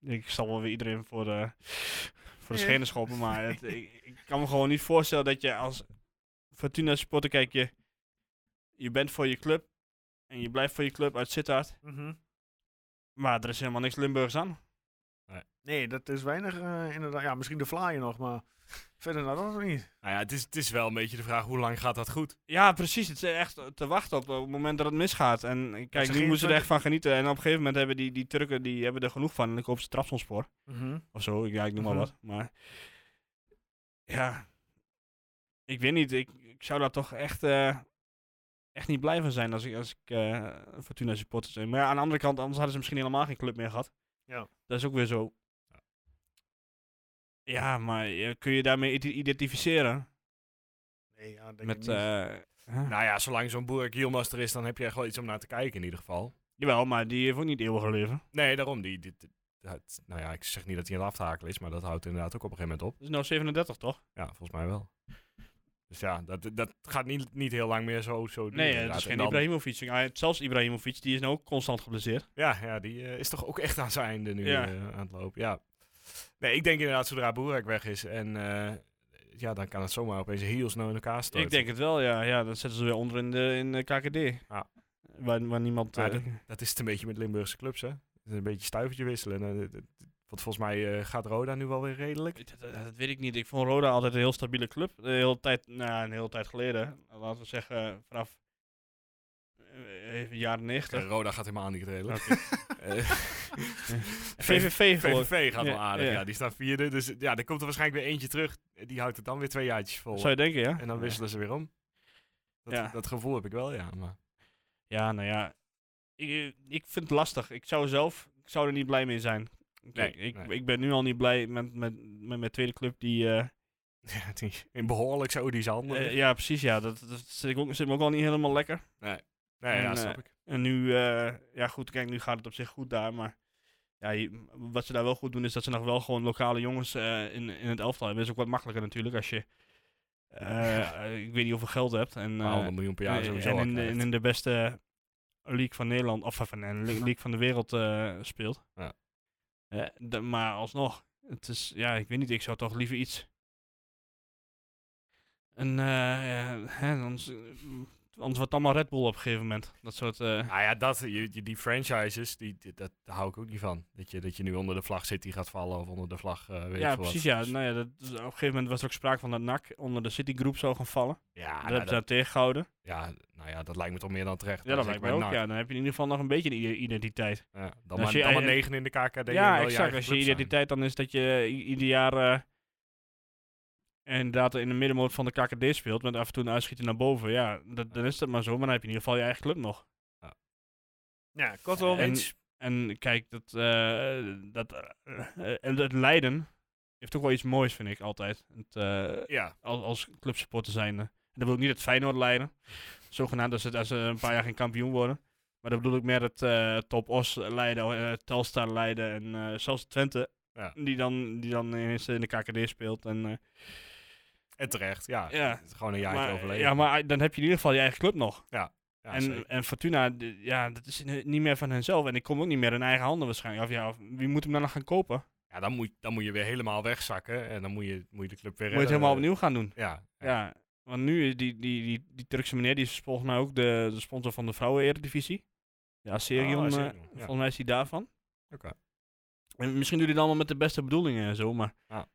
ik zal wel weer iedereen voor de, voor de
Ja.
schenen schoppen. Maar het, ik, ik kan me gewoon niet voorstellen dat je als Fortuna supporter, kijk, je, je bent voor je club. En je blijft voor je club uit Sittard.
Mhm.
Maar er is helemaal niks Limburgs aan.
Nee, dat is weinig eh, inderdaad. Ja, misschien de flyer nog, maar verder dan dat nog niet.
Nou ja, het is, het is wel een beetje de vraag, hoe lang gaat dat goed?
Ja, precies. Het is echt te wachten op, op het moment dat het misgaat. En eh,
ze
kijk, nu
geen
moeten ze er
Twente-
echt van genieten. En op een gegeven moment hebben die, die Turken die hebben er genoeg van. En dan kopen ze Trabzonspor. Of zo, ik- ja, ik noem maar
Mhm.
wat. Maar ja, ik weet niet. Ik, ik zou daar toch echt, eh, echt niet blij van zijn als ik, als ik eh, Fortuna supporter zijn. Maar ja, aan de andere kant, anders hadden ze misschien helemaal geen club meer gehad.
Ja.
Dat is ook weer zo. Ja, maar eh, kun je daarmee ide- identificeren?
Nee, ja, denk ik
Met,
niet.
eh, hè?
Nou ja, zolang zo'n Boerak Yilmaz er is, dan heb je echt wel iets om naar te kijken in ieder geval.
Jawel, maar die heeft ook niet eeuwig leven.
Nee, daarom. Die, die, die- dat- nou ja, ik zeg niet dat hij aan het aftakelen is, maar dat houdt inderdaad ook op een gegeven moment op.
Dat is nou 37, toch?
Ja, volgens mij wel. Dus ja, dat, dat gaat niet, niet heel lang meer zo. zo duren
Nee, dat
inderdaad.
is geen
En dan-
Ibrahimovic. Ja, zelfs Ibrahimovic, die is nou ook constant geblesseerd.
Ja, ja die eh, is toch ook echt aan zijn einde nu
Ja.
eh, aan het lopen. Ja. Nee, ik denk inderdaad zodra Boerak weg is en eh, ja, dan kan het zomaar opeens heel snel in elkaar storten.
Ik denk het wel, ja. Ja, dan zetten ze weer onder in de, in de KKD.
Ja.
Waar, waar niemand...
Ja,
eh,
Dat is het een beetje met Limburgse clubs, hè? Het is Een beetje stuivertje wisselen. Nou, dit- dit- want volgens mij eh, gaat Roda nu wel weer redelijk.
dat, dat- dat weet ik niet. Ik vond Roda altijd een heel stabiele club. De hele tijd, nou, een hele tijd geleden. Laten we zeggen, eh, vanaf eh, even jaren 90.
Eh, Roda gaat helemaal niet redelijk.
(laughs)
Eh, (laughs)
VVV, geloof ik.
VVV gaat wel
Ja,
aardig, ja.
ja.
Die staat vierde. Dus ja, er komt er waarschijnlijk weer eentje terug. Die houdt het dan weer twee jaartjes vol.
Zou je denken, ja?
En dan wisselen ze weer om. Dat,
Ja.
dat gevoel heb ik wel, ja. Maar (laughs)
Ja, nou ja. Ik, ik vind het lastig. Ik zou zelf ik zou er niet blij mee zijn. Ik-
Nee,
ik,
nee.
ik ben nu al niet blij met, met, met mijn tweede club die... eh,
ja, die, in behoorlijk Saoedische handen.
eh, ja, precies. Ja, dat, dat zit, ik ook, zit me ook al niet helemaal lekker.
nee, ja,
en,
snap
eh,
ik.
En nu... eh, ja, goed. Kijk, nu gaat het op zich goed daar. Maar ja, je- wat ze daar wel goed doen is dat ze nog wel gewoon lokale jongens eh, in, in het elftal hebben. Dat is ook wat makkelijker natuurlijk als je... eh, (laughs) eh, ik weet niet hoeveel geld hebt. En,
Maar
eh,
100 miljoen per jaar
Eh,
sowieso.
En
al
in, de,
krijgt.
en in de beste league van Nederland, of van de league van de wereld eh, speelt.
Ja.
Eh, de- maar alsnog, het is, ja, ik weet niet, ik zou toch liever iets. Een, eh, eh, hè, anders, eh, anders wordt het allemaal Red Bull op een gegeven moment. Dat soort. eh,
Nou ja, dat, je, je- die franchises, die, die- dat, daar hou ik ook niet van. Dat je, dat je nu onder de vlag zit die gaat vallen of onder de vlag eh, weet ik
ja,
veel
precies.
Wat.
Ja, nou ja, dat, op een gegeven moment was er ook sprake van dat NAC onder de Citygroep zou gaan vallen.
Ja,
dat
nou,
hebben ze
dat,
daar tegengehouden.
ja, nou ja, dat lijkt me toch meer dan terecht.
Ja,
zeg
dat lijkt
ik
mij
bij
ook.
NAC.
Ja, dan heb je in ieder geval nog een beetje een i- identiteit.
Ja, dan
Als
maar,
je
dan maar
eigen-
negen in de KKD. en wel
Ja,
je
exact.
eigen
Als je
club zijn.
identiteit dan is dat je i- ieder jaar eh, inderdaad in de middenmoot van de KKD speelt, met af en toe een uitschieter naar boven. Ja, dat, dan is dat maar zo, maar dan heb je in ieder geval je eigen club nog.
ja, kortom.
en, en kijk, dat, eh, dat, eh, en dat Leiden heeft ook wel iets moois, vind ik altijd. Het, eh,
Ja,
als, als clubsupporter zijn. En dat wil ik niet dat Feyenoord leiden. Zogenaamd als ze, dat ze een paar jaar geen kampioen worden. Maar dat bedoel ik meer dat eh, Top Os leiden, eh, Telstar leiden en eh, zelfs Twente.
Ja.
Die, dan, die dan ineens in de KKD speelt. En, eh,
en terecht. Ja,
Ja.
Het is gewoon een jaartje
maar,
overleven.
ja, maar eh, dan heb je in ieder geval je eigen club nog.
Ja,
en,
zeker.
en Fortuna, d- ja, dat is ni- niet meer van henzelf. En ik kom ook niet meer in eigen handen waarschijnlijk. Of ja, of wie moet hem dan nog gaan kopen?
Ja, dan moet, dan moet je weer helemaal wegzakken en dan moet je, moet je de club weer
Moet je het
redden.
helemaal opnieuw gaan doen.
Ja, ja.
Ja, want nu is die, die, die, die Turkse meneer, die is volgens mij ook de, de sponsor van de vrouwen-eredivisie. De Aserion,
Ah,
eh,
Aserion, ja.
volgens mij is hij daarvan.
Oké.
En misschien doet hij het allemaal met de beste bedoelingen en zo, maar
Ja.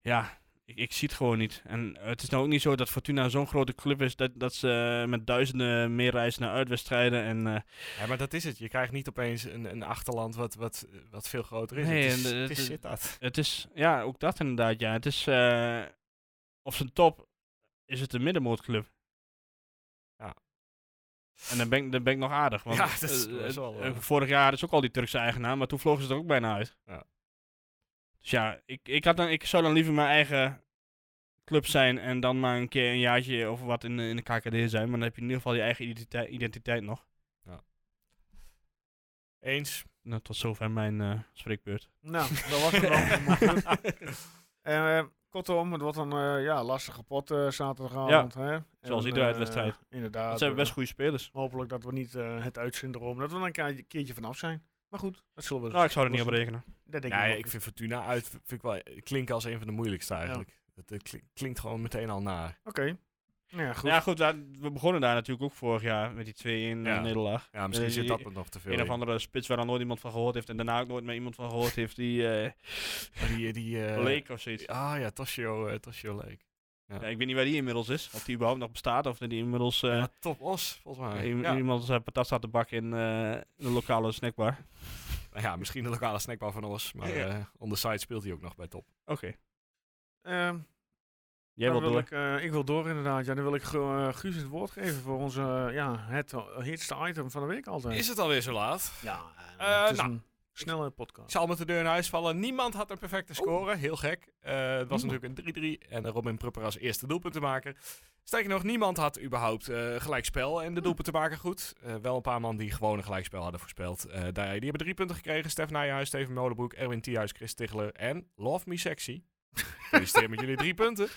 ja, ik, ik zie het gewoon niet. En het is nou ook niet zo dat Fortuna zo'n grote club is dat, dat ze eh, met duizenden meer reizen naar uitwedstrijden en... eh,
Ja, maar dat is het. Je krijgt niet opeens een, een achterland wat, wat, wat veel groter is.
Nee,
het is,
en de-
het is
het-
shit dat.
Het is, ja, ook dat inderdaad, ja. Het is, eh, op zijn top is het een middenmootclub.
Ja.
En dan ben, ik- dan ben ik nog aardig. Want,
Ja, (laughs) dat is
eh,
best
eh,
wel, eh.
eh, vorig jaar is ook al die Turkse eigenaar, maar toen vlogen ze er ook bijna uit.
Ja.
Dus ja, ik, ik, had dan, ik zou dan liever mijn eigen club zijn en dan maar een keer een jaartje of wat in, de- in de KKD zijn. Maar dan heb je in ieder geval je eigen identiteit, identiteit nog.
Eens.
Nou, tot zover mijn eh, spreekbeurt.
(laughs) Nou, dat was het
(laughs)
dan. Eh, kortom, het wordt een eh, ja, lastige pot eh, zaterdagavond. Hè?
Zoals
En,
iedere
eh,
uitwedstrijd.
Inderdaad.
Dat zijn
eh,
best goede spelers.
Hopelijk dat we niet eh, het uitsyndroom, dat we er een ka- keertje vanaf zijn. Maar goed, dat zullen
dus
we.
Nou, ik zou er niet op rekenen.
Dat denk
Ja,
ik,
ja,
ook.
ik vind Fortuna uit vind ik wel, klinken als een van de moeilijkste eigenlijk. Het, het klink- klinkt gewoon meteen al naar.
Oké. Nou ja, goed.
Ja, goed, daar- we begonnen daar natuurlijk ook vorig jaar met die 2-1
Ja.
eh, nederlaag.
Ja, misschien
Eh,
zit
die-
dat er nog te veel
Een of
in.
andere spits waar dan nooit iemand van gehoord heeft en daarna ook nooit meer iemand van gehoord heeft die eh,
Maar Die, die, eh,
leek of zoiets.
Ah ja, Toshio, eh, Toshio Leek. ja.
Ja, ik weet niet waar die inmiddels is, of die überhaupt nog bestaat of dat die inmiddels eh,
Ja, Ah, top os, volgens mij.
i-
ja.
iemand zijn patat staat te bakken in eh, de lokale snackbar. Oké.
Nou ja, misschien de lokale snackbar van os, maar
Ja.
eh, on the side speelt hij ook nog bij top.
Ehm,
Jij
dan wil
wilt door.
Ik, eh, ik wil door inderdaad. Ja, dan wil ik Gu- eh, Guus het woord geven voor onze, eh, ja, het hitste item van de week altijd.
Is het alweer zo laat?
Ja,
Eh,
het is
nou.
een snelle podcast.
Zal met de deur in huis vallen. Niemand had een perfecte score. Heel gek. Eh, het was natuurlijk een 3-3. En Robin Prupper als eerste doelpuntenmaker. Sterker nog, niemand had überhaupt eh, gelijkspel en de doelpuntenmaker goed. Eh, wel een paar man die gewoon een gelijkspel hadden voorspeld. Eh, daar, die hebben drie punten gekregen. Stef Nijhuis, Steven Molenbroek, Erwin Thiehuis, Chris Tichler en Love Me Sexy. Gefeliciteerd met jullie drie punten.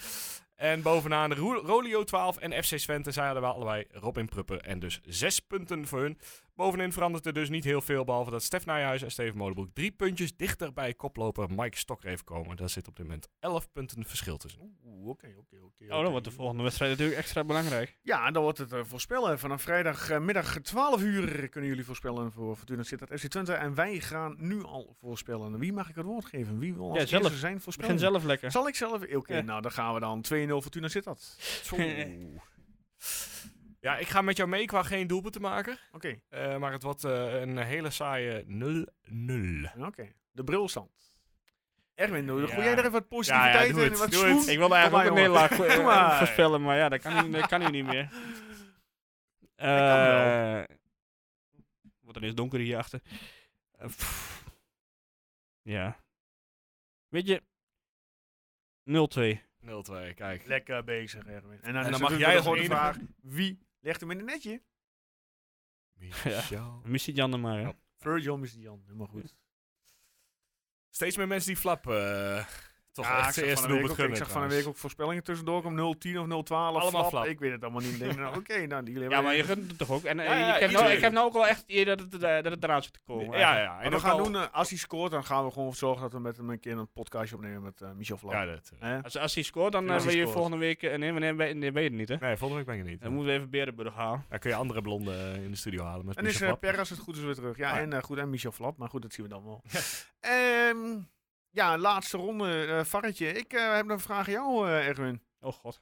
En bovenaan Ro- Rolio 12 en FC Twente. Zij hadden wel allebei Robin Prupper en dus zes punten voor hun. Bovenin verandert er dus niet heel veel, behalve dat Stef Nijhuis en Steven Molenbroek drie puntjes dichter bij koploper Mike Stokreef komen. Daar zit op dit moment 11 punten verschil tussen.
Oeh, Oké, oké, oké.
Oh, dan wordt de volgende wedstrijd natuurlijk extra belangrijk.
Ja, dan wordt het eh, voorspellen. Vanaf vrijdagmiddag 12 uur kunnen jullie voorspellen voor Fortuna Sittard FC Twente. En wij gaan nu al voorspellen. Wie mag ik het woord geven? Wie wil als
Ja, zelf.
eerste zijn voorspellen?
Begin zelf lekker.
Zal ik zelf? Oké,
Ja.
nou dan gaan we dan 2-0 Fortuna Sittard.
(laughs) Ja, ik ga met jou mee qua geen doelpunten maken.
Oké,
eh, maar het wordt eh, een hele saaie 0-0.
oké. De brilstand. Erwin, doe
Ja.
gooi jij er even wat positiviteit
Ja, ja, doe
in?
het,
Wat
doe het.
smoes?
Ik wilde
Kom maar,
eigenlijk ook een
jongen.
nederlaag eh,
Kom maar.
voorspellen, maar ja, dat kan (laughs) nu, dat kan nu niet meer.
wel.
Eh, wordt ineens donker hierachter. Eh, pff. ja. Weet je, 0-2.
0-2, kijk.
Lekker bezig, Erwin. En dan,
dan
is
mag
natuurlijk
jij als
gewoon de
enige-
vraag, wie legt hem in het netje?
Michel.
Missie Jan dan maar. hè.
Ja.
Virgil is die Jan, helemaal goed.
Steeds meer mensen die flappen. eh, toch
Ja, Ah, ik zag
echt zijn
van de
eerste
week
doelpunt
ook-
gunnen
Ik zag van een
trouwens.
week ook voorspellingen tussendoor. Om 0-10 of 0-12.
Allemaal flap.
Ik weet het allemaal niet. Ik Denk, nou, oké, nou, die
Ja, maar je gunt het toch ook? En, eh,
Ja, ja,
ik, heb nou,
iedereen.
ik heb nou ook wel echt eerder dat het, eh, dat het eraan zit te komen.
Ja,
eigenlijk.
ja.
En
En
we
ook
gaan
al-
doen, eh, als hij scoort, dan gaan we gewoon zorgen dat we met hem een keer een podcastje opnemen met eh, Michel Vlaam.
Ja, dat. eh,
Als, als hij scoort, dan
Als
eh,
hij
ben je
scoort.
volgende week... eh, nee, wanneer ben, nee, ben je er niet, hè?
Nee, volgende week ben ik er niet.
Dan moeten we even Berenburg halen.
Dan kun je andere blonden eh, in de studio halen. Met
En is
Michel
eh
Flap.
Per als het goed is weer terug.
Ah,
Ja,
Ja.
en eh, goed, en Michel Flap. Maar goed, dat zien we dan wel. Ehm, ja, laatste ronde, eh Varretje. Ik eh, heb een vraag aan jou, eh, Erwin.
Oh god.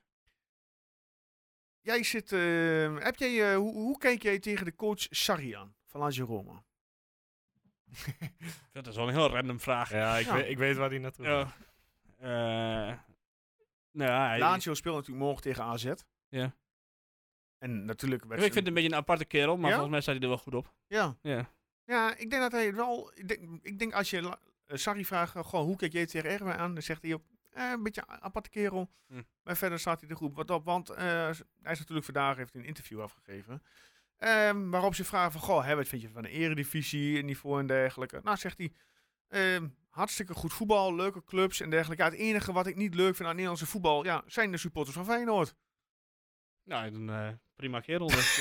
Jij zit, eh, heb jij, eh, hoe, hoe kijk jij tegen de coach Sarri aan van Lazio Roma?
Dat is wel een heel random vraag.
Ja, ik,
Ja.
Weet, ik weet waar die naartoe gaat.
Ja. Eh, nou ja, hij-
Lazio speelt natuurlijk morgen tegen AZ.
Ja.
En natuurlijk...
ik vind het een beetje een aparte kerel, maar
Ja?
volgens mij staat hij er wel goed op.
Ja.
Ja.
Ja, ik denk dat hij het wel. Ik denk, ik denk als je La- eh, Sarri vraagt, eh, gewoon hoe kijk jij tegen Erwin aan? Dan zegt hij ook, eh, een beetje een aparte kerel.
Hm.
Maar verder staat hij de groep wat op. Want eh, s- hij is natuurlijk vandaag heeft hij een interview afgegeven. Ehm, waarop ze vragen van, goh, hè, wat vind je van de eredivisie, niveau en dergelijke. Nou, zegt hij, ehm, hartstikke goed voetbal, leuke clubs en dergelijke. Ja, het enige wat ik niet leuk vind aan Nederlandse voetbal, ja, zijn de supporters van Feyenoord.
Nou, dan eh, prima kerel. dus.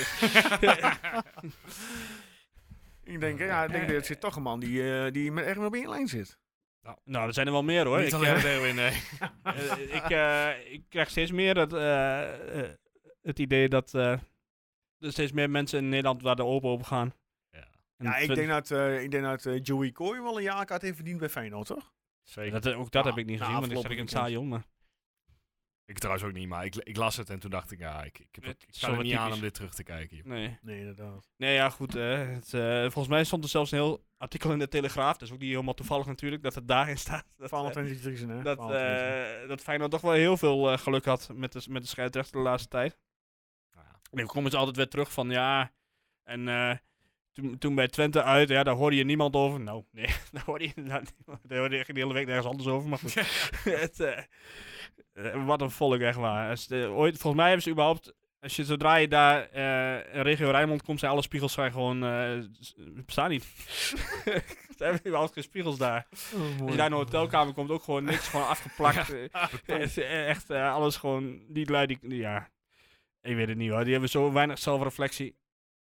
Ik denk, eh, ja, ik denk,
Eh.
dat zit toch een man die, eh, die met Erwin op één lijn zit.
(laughs) Nou, er zijn er wel meer hoor.
Niet
Ik,
alleen
eh,
met Erwin, nee.
eh, ik, eh, ik krijg steeds meer het, eh, eh, het idee dat eh, er steeds meer mensen in Nederland waar de open op gaan.
Ja,
En
Ja, ik
vind-
denk dat, eh, ik denk dat eh, Joey Coy wel een jaarkaart heeft verdiend bij Feyenoord, toch?
zeker.
dat, eh, ook dat
Ja,
heb ik niet
na
gezien, want ik zat
afgelopen
ik in het
weekend.
stadion. Maar
Ik trouwens ook niet, maar ik, ik las het en toen dacht ik, ja, ik, ik, heb
Het
het,
is
ik kan
zo
er niet aan
typisch.
om dit terug te kijken. joh.
nee.
Nee, inderdaad.
Nee, ja, goed. eh, het, eh, volgens mij stond er zelfs een heel artikel in de Telegraaf. Dat is ook niet helemaal toevallig natuurlijk dat het daarin staat. Dat, eh,
Valentijn Driessen, hè?
dat,
Valentijn Driessen.
eh, dat Feyenoord toch wel heel veel eh, geluk had met de, met de scheidsrechter de laatste tijd.
Nou ja.
En dan komen ze altijd weer terug van ja. En eh, toen, toen bij Twente uit, ja, daar hoorde je niemand over. Nou, nee, (laughs) daar hoorde je, inderdaad niemand- daar hoorde je echt de hele week nergens anders over. Maar goed. het, eh, eh, wat een volk, echt waar. Als de- ooit, volgens mij hebben ze überhaupt. Als je, zodra je daar eh, in regio Rijnmond komt, zijn alle spiegels zijn gewoon. eh, s- bestaan niet. (laughs) ze hebben überhaupt geen spiegels daar. Als je daar in een hotelkamer komt, ook gewoon niks, gewoon
(laughs)
afgeplakt. Eh, het is Echt eh, alles gewoon, die lui, die, die- ja, ik weet het niet hoor. Die hebben zo weinig zelfreflectie.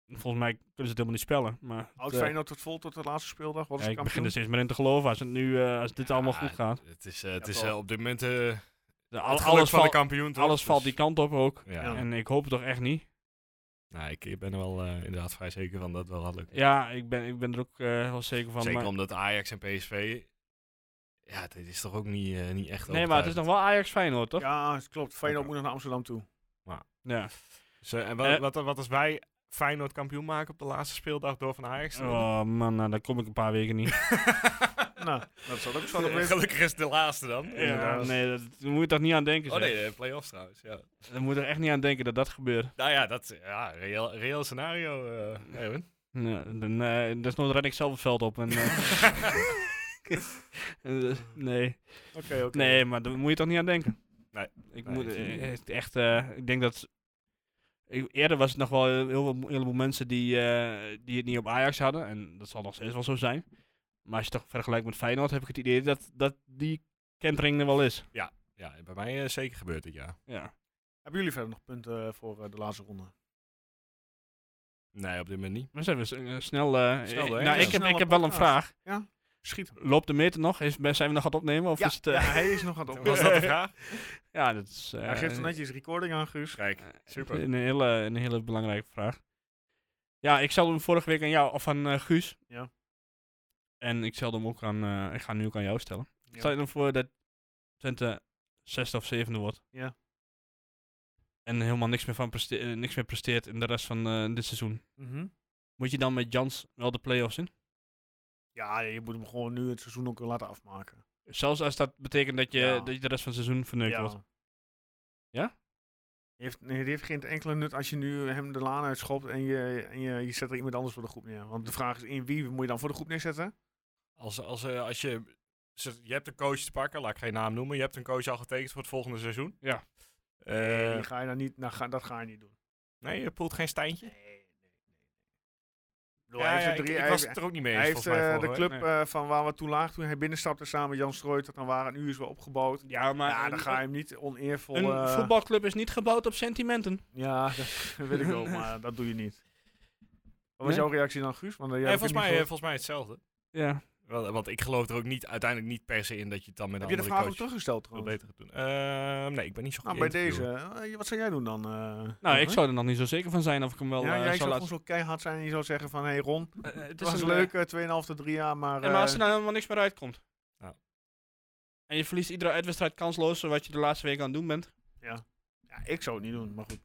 Volgens mij kunnen ze het helemaal niet spellen. Maar
Oud
eh,
Feyenoord tot vol tot de laatste speeldag. Wat is
ja,
de
ik begin
kampioen?
er steeds meer in te geloven als, het nu, eh, als dit allemaal
Ja,
goed gaat.
Het is, eh, het is
toch.
eh, op dit moment eh, het
De- al-
geluk
alles
van de
valt-
kampioen. toch?
alles valt
Dus-
die kant op ook.
Ja,
Ja.
En ik hoop het toch echt niet.
Nou, ik, ik ben er wel eh, inderdaad vrij zeker van dat het wel gaat lukken.
Ja, ik ben, ik ben er ook eh, wel zeker van.
Zeker
maar-
omdat Ajax en PSV. Ja, dit is toch ook niet, eh, niet echt.
nee, maar het is nog dus wel Ajax Feyenoord, toch?
Ja, het klopt. Feyenoord moet
Oké.
nog naar Amsterdam toe. (laughs)
Ja.
en wat,
Eh.
wat, wat als wij Feyenoord kampioen maken op de laatste speeldag door van Ajax? te winnen?
Oh man, nou, daar kom ik een paar
(laughs)
weken niet.
(laughs) Nou, dat zal ook zo
Eh, Gelukkig is het de laatste dan.
ja, nee, dat, daar moet je toch niet aan denken.
Oh
zeg.
nee, de play-offs trouwens. Ja.
Daar moet je er echt niet aan denken dat dat gebeurt.
Nou ja, dat ja, reëel, reëel scenario, eh (laughs) Erwin.
Ja, dan, eh desnoods ren ik zelf het veld op. En,
(laughs)
eh, eh, nee.
Oké, oké.
nee, maar daar moet je toch niet aan denken.
Nee.
Ik,
Nee,
moet,
dat is-
eh, het echt, eh, ik denk dat... Ik, eerder was het nog wel heel, veel een heleboel mensen die, eh, die het niet op Ajax hadden. En dat zal nog steeds wel zo zijn. Maar als je het toch vergelijkt met Feyenoord, heb ik het idee dat, dat die kentering er wel is.
Ja, bij mij eh, zeker gebeurt dit jaar.
Ja.
Hebben jullie verder nog punten voor eh, de laatste ronde?
Nee, op dit moment niet.
Maar zijn we s- eh, snel... eh,
Snel
eh,
doorheen,
nou,
ja.
ik heb,
Snelle
ik heb wel een
podcast.
vraag.
Schiet.
Loopt de meter nog? Is, ben- zijn we nog aan het opnemen? Of
Ja,
is het, eh,
ja, hij is
(laughs)
nog aan het
Was
opnemen.
dat de vraag?
ja, dat is... eh,
Hij geeft netjes recording aan, Guus.
Kijk, super.
Een hele, een hele belangrijke vraag. Ja, ik stelde hem vorige week aan jou, of aan eh, Guus.
Ja.
En ik stelde hem ook aan, eh, ik ga hem nu ook aan jou stellen.
Ja.
Stel je dan voor dat Twente zesde of zevende wordt.
Ja.
En helemaal niks meer, van preste- eh, niks meer presteert in de rest van eh, dit seizoen.
Mhm.
Moet je dan met Jans wel de play-offs in?
Ja, je moet hem gewoon nu het seizoen ook laten afmaken.
Zelfs als dat betekent dat je,
Ja.
dat je de rest van het seizoen verneukt
ja.
wordt. Ja?
Die heeft, nee, die heeft geen enkele nut als je nu hem de laan uitschopt en, je, en je, je zet er iemand anders voor de groep neer. Want de vraag is, in wie moet je dan voor de groep neerzetten?
Als, als, eh, als je, ze- je hebt een coach te pakken, laat ik geen naam noemen. Je hebt een coach al getekend voor het volgende seizoen.
Ja.
Eh,
Nee, die ga je dan niet, nou, ga, dat ga je niet doen.
nee, je poelt geen steintje.
Nee, nee, nee. Ik bedoel,
Ja,
hij
ja,
heeft er
ik,
drie-
ik
hij
was
heeft-
het er ook niet mee eens,
Hij heeft
volgens mij,
eh, de
vorige
club eh, van waar we toen lagen, toen hij binnenstapte samen met Jan Strooit, dat dan waren nu is wel opgebouwd.
Ja, maar
eh, ja, dan ga je hem niet oneervol...
een
eh,
voetbalclub is niet gebouwd op sentimenten.
Ja, dat (laughs) weet ik wel, maar dat doe je niet. Wat was
Nee?
jouw reactie dan, Guus? Want, eh, jij
week. Nee,
hebt
volgens
het
mij,
niet
eh,
gehoord.
volgens mij hetzelfde.
Ja.
Wel, eh, Want ik geloof er ook niet, uiteindelijk niet per se in dat je het dan met een
Nou,
Heb je de
andere
vraag ook
coach
teruggesteld
veel
trouwens?
beter gaat doen. Ehm, nee, ik ben niet zo goed
Nou, bij
interviewer.
deze. eh, wat zou jij doen dan? eh?
Nou, ik
Jongen?
zou er nog niet zo zeker van zijn of ik hem wel
Ja,
eh,
jij
zou
zou
laten
gewoon zo keihard zijn en je zou zeggen van, hé hey Ron,
het
het was leuk, eh, 2,5 tot 3 jaar, maar...
en maar als
eh,
er nou helemaal niks meer uitkomt.
Ja.
En je verliest iedere uitwedstrijd kansloos, wat je de laatste week aan het doen bent.
ja, ik zou het niet doen, maar goed.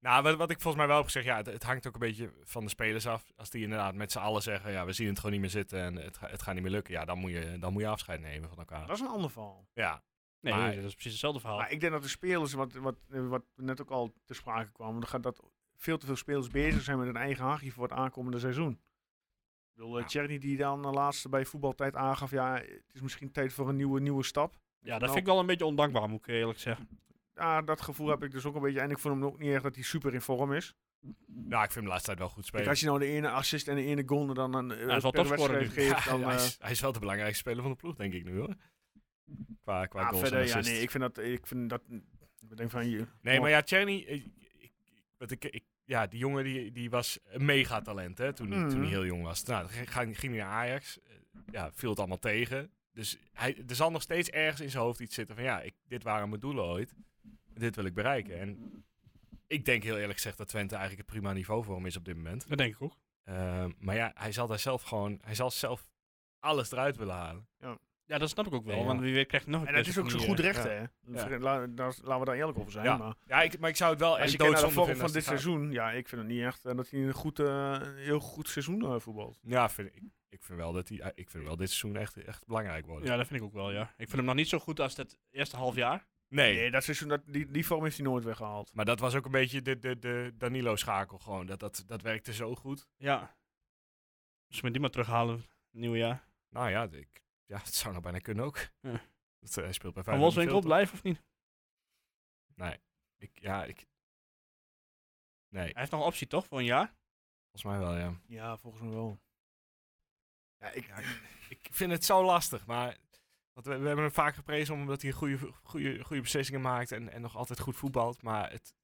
Nou, wat, wat ik volgens mij wel heb gezegd, ja, het, het hangt ook een beetje van de spelers af. Als die inderdaad met z'n allen zeggen, ja, we zien het gewoon niet meer zitten en het, ga- het gaat niet meer lukken. Ja, dan moet je, dan moet je afscheid nemen van elkaar.
Dat is een ander verhaal.
Ja,
Nee,
Maar-
dat is precies hetzelfde verhaal.
Maar ik denk dat de spelers, wat, wat, eh, wat net ook al te sprake kwam, dat, gaat dat veel te veel spelers bezig zijn met hun eigen hachje voor het aankomende seizoen. Ik bedoel, eh, Tjerni die dan de laatste bij voetbaltijd aangaf, ja, het is misschien tijd voor een nieuwe, nieuwe stap.
ja,
nou-
dat vind ik wel een beetje ondankbaar, moet ik eerlijk zeggen.
Ja, dat
Hm.
gevoel heb ik dus ook een beetje. En ik vond hem ook niet echt dat hij super in vorm is.
nou, ik vind hem de laatste tijd wel goed
Kijk,
spelen.
als je nou de ene assist en de ene goal er dan een eh,
is wel
per
topscorer
wedstrijd
nu.
geeft,
(laughs) Ja,
dan...
hij,
eh,
is, hij is wel de belangrijkste speler van de ploeg, denk ik nu hoor. Qua, qua
ja,
goals
verder,
en
ja,
assists.
nee, ik vind dat... Ik vind dat ik denk van, je,
Nee, maar ja, Czerny, eh, ik, ik- wat ik, ik, ja, die jongen die, die was een megatalent hè, toen, hij, toen
Mhm.
hij heel jong was. Nou, dan ging, ging hij naar Ajax, eh, ja, viel het allemaal tegen. Dus hij, er zal nog steeds ergens in zijn hoofd iets zitten van ja, ik, dit waren mijn doelen ooit. Dit wil ik bereiken. En ik denk heel eerlijk gezegd dat Twente eigenlijk het prima niveau voor hem is op dit moment.
Dat denk ik ook.
Ehm, maar ja, hij zal daar zelf gewoon, hij zal zelf alles eruit willen halen.
Ja, dat snap ik ook wel.
Ja, ja.
Want wie weet krijgt hij nog een
En dat
keer
is ook zo
zo'n
goed
manier.
recht, hè? Ver- la- daar- laten we daar eerlijk over zijn.
Ja. Oh,
Maar
Ja, ik, maar ik zou het wel
als
echt
je kijkt naar de
doodzonde
vorm
vinden
van
als
dit
het gaat.
seizoen, ja, ik vind het niet echt eh, dat hij een goed, eh, een heel goed seizoen eh, voetbalt.
Ja, vind, ik, ik, vind wel dat hij, eh, ik vind wel dit seizoen echt, echt belangrijk worden.
Ja, dat vind ik ook wel, ja. Ik vind hem nog niet zo goed als het eerste half jaar.
Nee,
Nee, dat seizoen, dat, die, die vorm heeft hij nooit weggehaald.
maar dat was ook een beetje de, de, de Danilo-schakel gewoon. Dat, dat, dat werkte zo goed.
Ja. Dus met die maar terughalen, nieuw jaar.
Nou ja, ik, ja het zou nog bijna kunnen ook.
Ja.
Dat, eh, hij speelt bij
Van
Feyenoord niet
Wolfswinkel
veel,
blijven of niet?
toch? Nee, ik, ja, ik... Nee,
Hij heeft nog een optie, toch? Voor een jaar?
volgens mij wel, ja.
Ja, volgens mij wel. Ja, ik,
Ik vind het zo lastig, maar... Want we, we hebben hem vaak geprezen omdat hij goede, goede, goede beslissingen maakt en, en nog altijd goed voetbalt. Maar het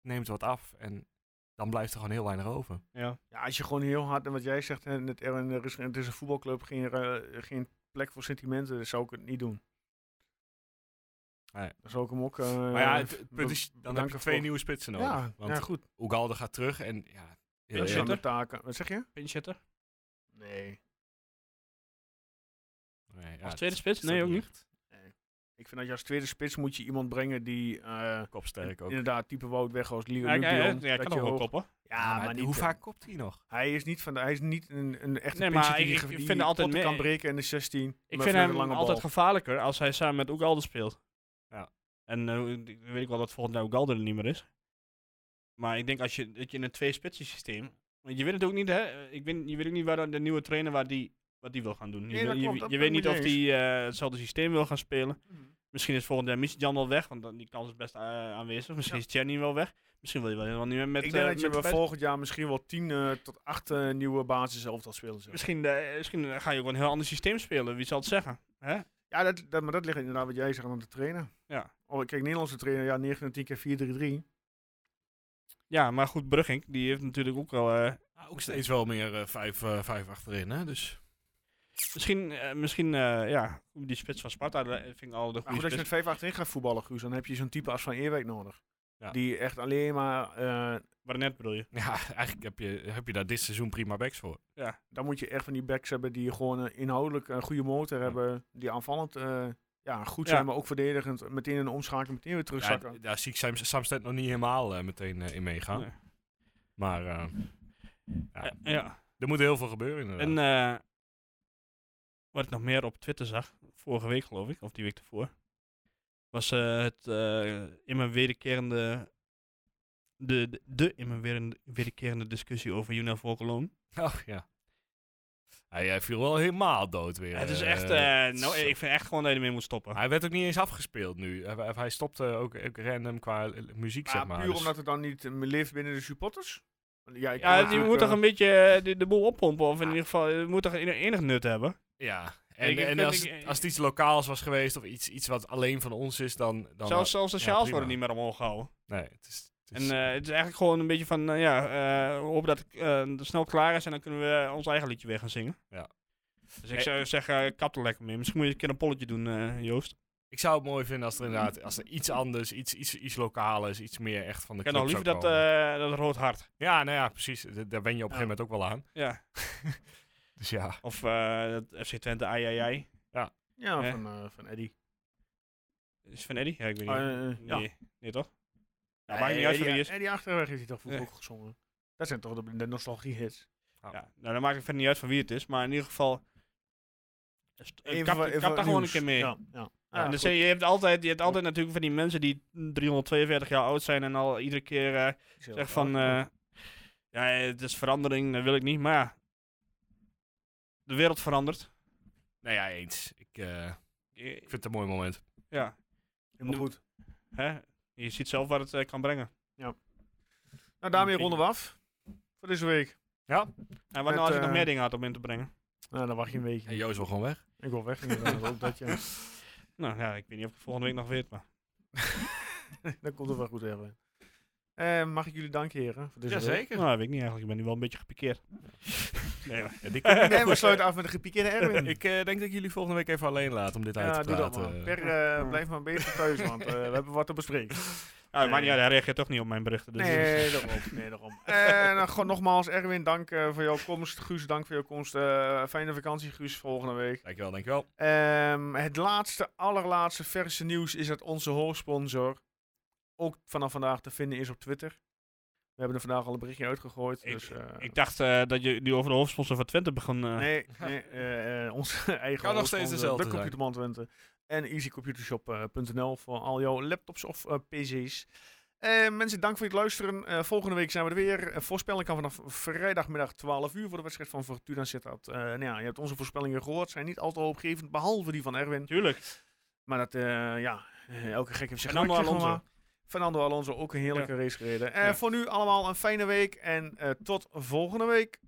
neemt wat af en dan blijft er gewoon heel weinig over.
Ja.
ja, als je gewoon heel hard, en wat jij zegt, hè, net, Erwin, er is, het is een voetbalclub, geen, eh, geen plek voor sentimenten, dan zou ik het niet doen.
Nee.
Dan zou ik hem ook... eh,
Maar ja, het- het punt
be-
is, dan heb
bedanken
je twee
voor-
nieuwe spitsen nodig.
ja,
want
ja, goed.
Ugalde gaat terug en ja... heel
Ja,
Dat zijn
eerlijk.
de taken. Wat zeg je?
Pinchetter.
Nee.
Nee, ja,
als
het
tweede
is-
spits?
het is
Nee,
ook
ook niet.
echt
Ik vind dat je als tweede spits moet je iemand brengen die... eh,
Kopsterk ook.
Inderdaad, type Wout Weghorst, Leo
Ja, ik- hij-
Luc
hij- hij
Dion.
kan
dat je
nog wel
hoog-
koppen.
Ja, maar, niet,
hoe
eh,
vaak kopt hij nog?
Hij is niet, van de, hij is niet een, een echte pitcher
Nee, maar
die,
ik- ik
die
vind
die
altijd
potten
meer-
kan breken in de 16.
Ik
maar
vind
vanuit
hem
een lange
altijd
bal.
gevaarlijker als hij samen met Oegalde speelt.
Ja.
En eh, ik weet ik wel dat volgend jaar Oegalde er niet meer is. Maar ik denk als je, dat je in een twee-spitsen systeem... Want je weet het ook niet, hè? eh, Ik weet, je weet ook niet waar de nieuwe trainer waar die, wat die wil gaan doen. Je,
Nee,
weet-
dat
je,
klopt, dat ben
je weet
ik
niet
mee
of
eens.
die eh, hetzelfde systeem wil gaan spelen.
Mhm.
Misschien is volgend jaar Misjan wel weg, want dan- die kans is best eh, aanwezig. Misschien is Tjerni wel weg. Misschien wil je wel helemaal niet meer met...
Ik denk
eh,
dat je
met de
bij
vijf-
volgend jaar misschien wel 10 eh, tot 8 eh, nieuwe basiselftal spelen zult.
Misschien, eh, misschien eh, ga je ook een heel ander systeem spelen. Wie zal het zeggen? Hè?
Ja, dat, dat, maar dat ligt inderdaad wat jij zegt aan de trainer.
Ja.
Oh, kijk, Nederlandse trainer, ja, 9 en 10 keer 4-3-3.
Ja, maar goed, Brugging, die heeft natuurlijk ook wel... eh,
ook steeds wel meer eh, vijf, eh, vijf achterin, hè? Dus.
Misschien, eh, misschien eh, ja, die spits van Sparta dat vind ik al
Maar
de goede
goed, als je
spits.
met 5 achterin gaat voetballen, Guus, dan heb je zo'n type als Van Eerwijk nodig.
Ja.
Die echt alleen maar, eh,
Maar net bedoel je.
(laughs) Ja, eigenlijk heb je, heb je daar dit seizoen prima backs voor.
dan moet je echt van die backs hebben die gewoon eh, inhoudelijk een goede motor hebben. Die aanvallend eh, ja, goed
Ja.
zijn, maar ook verdedigend. Meteen een omschakeling, meteen weer
Ja,
terugzakken.
daar zie ik Sam, Samsted nog niet helemaal eh, meteen eh, in meegaan.
Nee.
Maar eh, ja,
Eh, ja.
er moet heel veel gebeuren inderdaad.
En eh, wat ik nog meer op Twitter zag, vorige week geloof ik, of die week ervoor, was eh, het eh immer wederkerende, de, de, de immer weer- wederkerende discussie over Juna Volkeloon.
Oh, ja. Hij, eh, viel wel helemaal dood weer.
het is
eh,
echt, eh, nou,
zo.
ik vind echt gewoon dat je ermee moet stoppen.
Hij werd ook niet eens afgespeeld nu. Hij, hij stopte ook, ook random qua eh, muziek,
Maar
zeg maar.
puur
Dus-
omdat het dan niet eh, leeft binnen de supporters? Want Ja, ik kan
Ja, die
natuurlijk,
moet toch
eh,
een beetje eh, de, de boel oppompen, of in ieder geval, eh, moet toch enig, enig nut hebben.
Ja,
Ik-
en,
ik
en
vind-
als,
ik- ik-
als het iets lokaals was geweest of iets, iets wat alleen van ons is, dan... dan
Zelfs, zelfs de
ja,
sjaals
prima.
worden niet meer omhoog gehouden.
Nee, het is... Het
En
is
eh, het is eigenlijk gewoon een beetje van, eh, ja, eh, we hopen dat het eh, snel klaar is en dan kunnen we eh, ons eigen liedje weer gaan zingen.
Ja.
Dus ik zou zeggen, eh, kap er lekker mee. Misschien moet je een keer een polletje doen, eh, Joost.
ik zou het mooi vinden als er inderdaad als er iets anders, iets, iets, iets lokaal is, iets meer echt van de
Ik heb
club
nog liever
zou
dat,
komen.
eh, dat rood hart.
Ja, nou ja, precies. D- Daar ben je op een gegeven moment ook wel aan.
Ja.
Dus ja,
Of eh, dat FC Twente, ai, ai, ai.
Ja,
hè?
van, eh, van Eddie.
Is het van Eddie? Ja, ik weet niet.
Ah, eh, eh, ja.
nee. nee, toch? Ja, Nou, maakt niet uit
Eddie,
wie die is.
Eddie Achterweg heeft hij toch vroeger
Nee.
ook gezongen. Dat zijn toch de, de nostalgie-hits.
Ja, nou, dan maakt het verder niet uit van wie het is, maar in ieder geval... st- eh,
Even
Kap,
wat-
kap
even
daar
wat
gewoon een
nieuws.
keer mee.
Ja, ja.
Ja,
Ah,
dus
goed.
je, hebt altijd, je hebt altijd natuurlijk van die mensen die 342 jaar oud zijn en al iedere keer eh, zeggen van, eh, ja, het is verandering, dat wil ik niet. Maar ja, de wereld verandert.
nou ja, eens. Ik, eh, ik vind het een mooi moment.
Ja,
Helemaal goed.
hè? je ziet zelf wat het eh, kan brengen.
Nou, daarmee ronden we af. Voor deze week.
En wat
Met,
nou als je nog
eh,
meer dingen had om in te brengen?
Nou, dan wacht je een
En
weekje.
Joost wil gewoon weg.
Ik wil weg. inderdaad, ook dat,
(laughs)
ja.
Nou ja, ik weet niet of ik het volgende week nog weet, maar...
Dan komt het wel goed even. Eh, mag ik jullie danken, heren? Voor deze week?
Dus,
(laughs)
Nou, dat weet ik niet eigenlijk. Ik ben nu wel een beetje gepikeerd. Nee, maar-
Ja, die kan ik niet
En we
goed.
sluiten af met een gepikeerde Erwin.
Ik eh, denk dat ik jullie volgende week even alleen laat om dit uit
ja,
te
doe dat
praten.
maar. Per, eh, blijf maar beter thuis, want eh, we hebben wat te bespreken.
Ja, Ah, maar niet uit, hij reageert toch niet op mijn berichten. Dus
Nee, daarom. Nee, daarom. En (laughs) eh, gewoon nogmaals, Erwin, dank eh, voor jouw komst. Guus, dank voor jouw komst. Eh, fijne vakantie, Guus, volgende week.
Dankjewel, dankjewel.
Ehm, het laatste, allerlaatste verse nieuws is dat onze hoofdsponsor ook vanaf vandaag te vinden is op Twitter. We hebben er vandaag al een berichtje uitgegooid.
Ik-
dus, eh,
Ik dacht eh, dat je nu over de hoofdsponsor van Twente begon. eh.
nee, nee eh, eh, onze (laughs) eigen
Kan nog steeds
hoofdsponsor,
dezelfde
de
zijn.
Computerman Twente. En eh, easycomputershop.nl voor al jouw laptops of eh, PC's. Eh, mensen, dank voor het luisteren. Eh, volgende week zijn we er weer. Eh, voorspelling kan vanaf vrijdagmiddag 12 uur voor de wedstrijd van Fortuna Sittard. Eh nou ja, je hebt onze voorspellingen gehoord. Zijn niet altijd hoopgevend, behalve die van Erwin.
Tuurlijk.
Maar dat, eh, ja, eh, elke gek heeft zijn
Fernando
geluk, zeg
Alonso.
maar. Fernando Alonso, ook een heerlijke race gereden. Eh,
Ja.
Voor nu allemaal een fijne week en eh, tot volgende week.